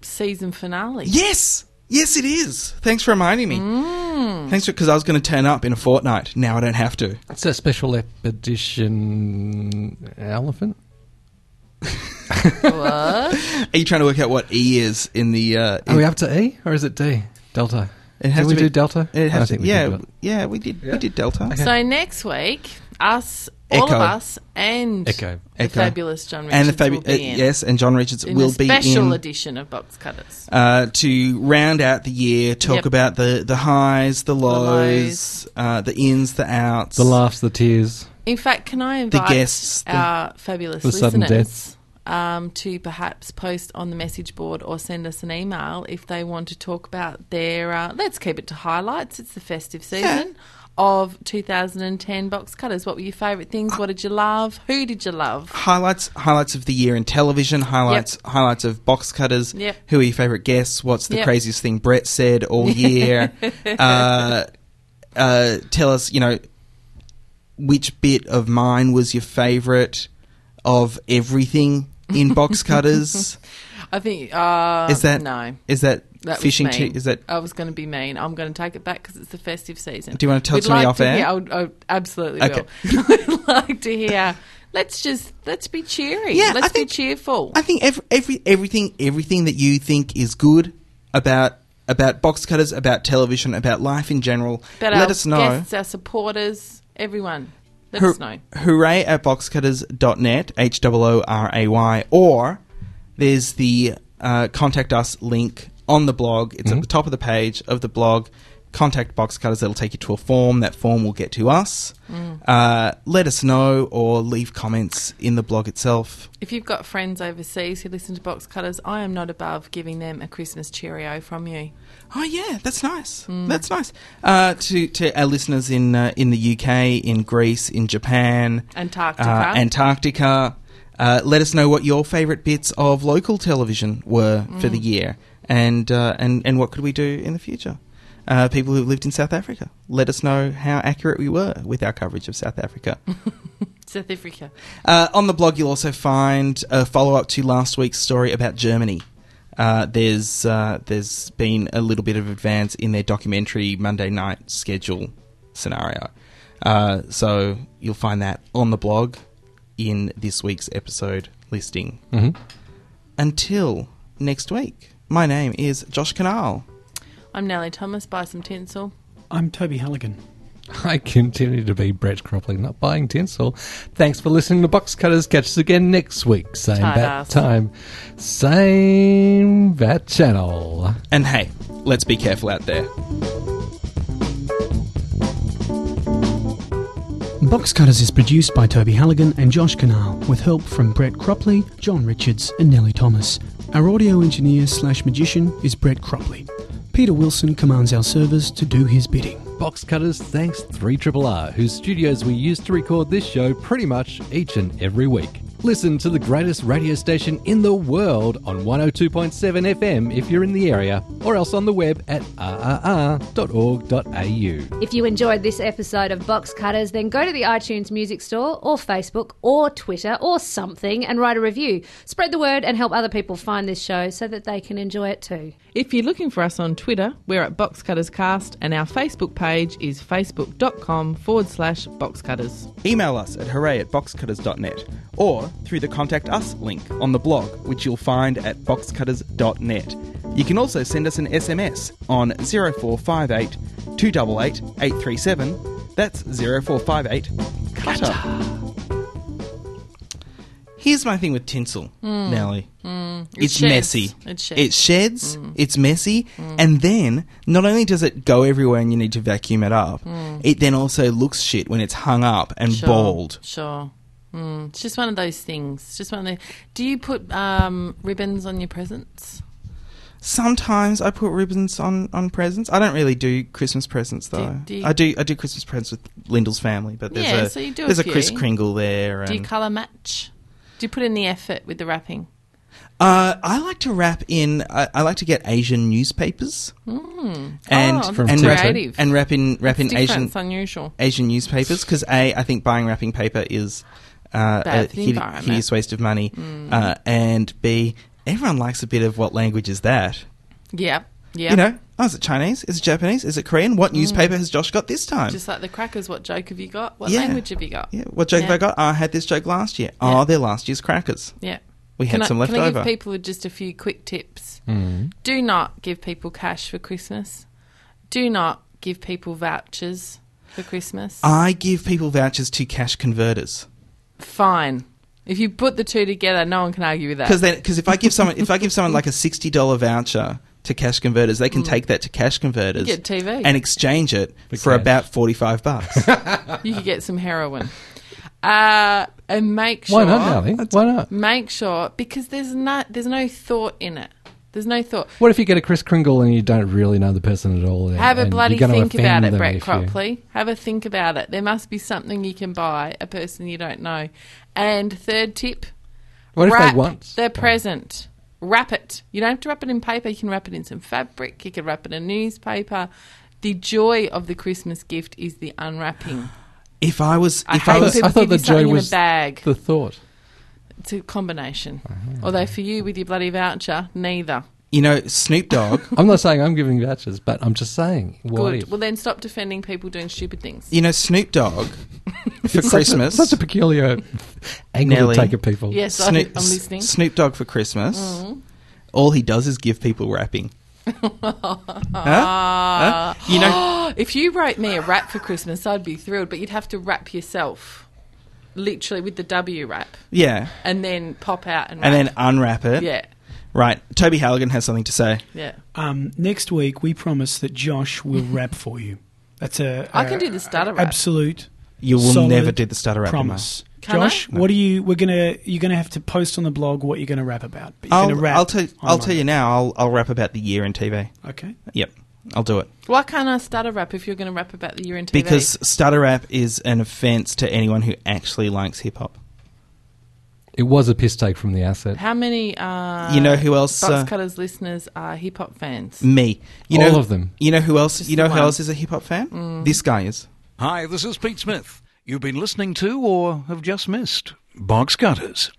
season finale. Yes, yes, it is. Thanks for reminding me. Thanks because I was going to turn up in a fortnight. Now I don't have to. It's a special expedition elephant. Are What? you trying to work out what E is in the? Uh, Are in- we up to E or is it D? Delta. It has Did we to do be- Delta? It I has to, think we yeah, did do it. yeah, we did. We did Delta. so next week, us, all Echo. of us, and Echo. the Echo. fabulous John and Richards the fabu- will be in. uh, yes, and John Richards in will a be special in edition of Box Cutters. uh, to round out the year. Talk Yep. about the the highs, the lows, lows. uh, the ins, the outs, The laughs, the tears. In fact, can I invite guests, the- our fabulous the sudden listeners um, to perhaps post on the message board or send us an email if they want to talk about their. Uh, let's keep it to highlights. It's the festive season. Of 2010 box cutters. What were your favourite things? What did you love? Who did you love? highlights highlights of the year in television. Highlights highlights of box cutters. Yep. Who are your favourite guests? What's the Yep. craziest thing Brett said all year? uh, uh, tell us, you know, which bit of mine was your favourite of everything in box cutters? I think. Uh, Is that no? Is that, That was fishing? mean. chi- is that I was going to be mean. I'm going to take it back because it's the festive season. Do you wanna tell We'd it to me like off air? Yeah, I, would, I would absolutely Okay. will. I'd like to hear. Let's just let's be cheery. Yeah, let's I think- be cheerful. I think every, every everything everything that you think is good about about box cutters, about television, about life in general, But let our us know. guests, our supporters, everyone, let us know. Hooray at boxcutters.net, H O O R A Y, or there's the uh, contact us link on the blog. It's at the top of the page of the blog. Contact Box Cutters. That'll take you to a form. That form will get to us. Mm. Uh, let us know or leave comments in the blog itself. If you've got friends overseas who listen to Box Cutters, I am not above giving them a Christmas cheerio from you. Oh yeah, that's nice. That's nice. Uh, to to our listeners in uh, in the UK, in Greece, in Japan, Antarctica. uh, Antarctica. Uh, let us know what your favourite bits of local television were for the year, and uh, and and what could we do in the future. uh, people who've lived in South Africa. Let us know how accurate we were with our coverage of South Africa. South Africa. Uh, on the blog, you'll also find a follow up to last week's story about Germany. Uh, there's uh, there's been a little bit of advance in their documentary Monday night schedule scenario, uh, so you'll find that on the blog in this week's episode listing. Mhm. Until next week, my name is Josh Canal. I'm Nellie Thomas. Buy some tinsel. I'm Toby Halligan. I continue to be Brett Croppling, not buying tinsel. Thanks for listening to Box Cutters. Catch us again next week. Same Tight bat ass. time, same bat channel. And hey, let's be careful out there. Box Cutters is produced by Toby Halligan and Josh Canal, with help from Brett Cropley, John Richards, and Nellie Thomas. Our audio engineer slash magician is Brett Cropley. Peter Wilson commands our servers to do his bidding. Box Cutters thanks 3RRR, whose studios we use to record this show pretty much each and every week. Listen to the greatest radio station in the world on 102.7 FM if you're in the area, or else on the web at rrr.org.au. If you enjoyed this episode of Box Cutters, then go to the iTunes Music Store or Facebook or Twitter or something and write a review. Spread the word and help other people find this show so that they can enjoy it too. If you're looking for us on Twitter, we're at BoxcuttersCast and our Facebook page is facebook.com forward slash boxcutters. Email us at hooray at boxcutters.net or through the Contact Us link on the blog, which you'll find at boxcutters.net. You can also send us an SMS on 0458 288 837. That's 0458 Cutter. Here's my thing with tinsel, Mm. Nelly. Mm. It It's sheds. messy. It sheds. It sheds. Mm. It's messy. And then, not only does it go everywhere and you need to vacuum it up, Mm. it then also looks shit when it's hung up and Sure, bald. Sure. Mm, it's just one of those things. It's Just one of the. Do you put um, ribbons on your presents? Sometimes I put ribbons on, on presents. I don't really do Christmas presents though. do you- I do I do Christmas presents with Lyndall's family, but there's yeah, a so you do. there's a, a, few. Kris Kringle there. And, Do you colour match? Do you put in the effort with the wrapping? uh, I like to wrap in. I, I like to get Asian newspapers Mm. and oh, and that's wrap, creative. and wrap in wrap in It's different, Asian it's unusual. Asian newspapers because a I think buying wrapping paper is uh, Bad a for the hide- environment. hideous waste of money, Mm. uh, and b everyone likes a bit of what language is that. Yeah, yeah. You know, oh, is it Chinese? Is it Japanese? Is it Korean? What newspaper has Josh got this time? Mm. just like the crackers. What joke have you got? What Yeah. language have you got? Yeah, what joke have I got? Oh, I had this joke last year. Oh, they're last year's crackers. Yeah. We Can had I- some left Can I over. give people just a few quick tips? Mm. Mhm. Do not give people cash for Christmas. Do not give people vouchers for Christmas. I give people vouchers to cash converters Fine. If you put the two together, no one can argue with that. because because if I give someone if I give someone like a sixty dollar voucher to cash converters, they can take that to cash converters Mm. You get TV. and exchange it for cash. about forty five bucks. you could get some heroin. Uh, and make sure. Why not, Nelly? Why not? Make sure because there's no there's no thought in it. There's no thought. What if you get a Chris Kringle and you don't really know the person at all? and- Have a and bloody you're gonna think about offend it, them Brett if you- Cropley. Have a think about it. There must be something you can buy a person you don't know. And third tip: What if they wrap want their present? Wrap it. You don't have to wrap it in paper. You can wrap it in some fabric. You can wrap it in newspaper. The joy of the Christmas gift is the unwrapping. If I was, I if I, hate was, people I thought give you the joy something in a was bag. the thought. It's a combination. Although for you with your bloody voucher, neither. You know, Snoop Dogg. I'm not saying I'm giving vouchers, but I'm just saying. What Good. if? Well, then stop defending people doing stupid things. You know, Snoop Dogg for It's such a- Christmas. such a peculiar angle to take at people. Yes, I- I'm S- listening. Snoop Dogg for Christmas. Mhm. All he does is give people wrapping. Huh? You know- if you wrote me a rap for Christmas, I'd be thrilled. But you'd have to wrap yourself, literally with the W wrap. Yeah. and then pop out and And wrap. then unwrap it. Yeah, Right. Toby Halligan has something to say. yeah. Um, next week, we promise that Josh will rap for you. That's a I a- can do the stutter a- rap. Absolute. You will solid never do the stutter rap, Promise. Emma. Can I? Josh, what are you? We're gonna. You're gonna have to post on the blog what you're gonna rap about. But you're I'll, gonna rap I'll, tell, on I'll Monday. tell you now. I'll, I'll rap about the year in TV. Okay. Yep. I'll do it. Why can't I start a rap if you're going to rap about the year in TV? Because stutter rap is an offense to anyone who actually likes hip hop. It was a piss take from the asset. How many? Uh, You know who else, Box uh, Cutters listeners are hip hop fans. Me. You All know, of them. You know who else? you know the who one. else is a hip hop fan? Mm. This guy is. Hi, this is Pete Smith. You've been listening to or have just missed Box Cutters.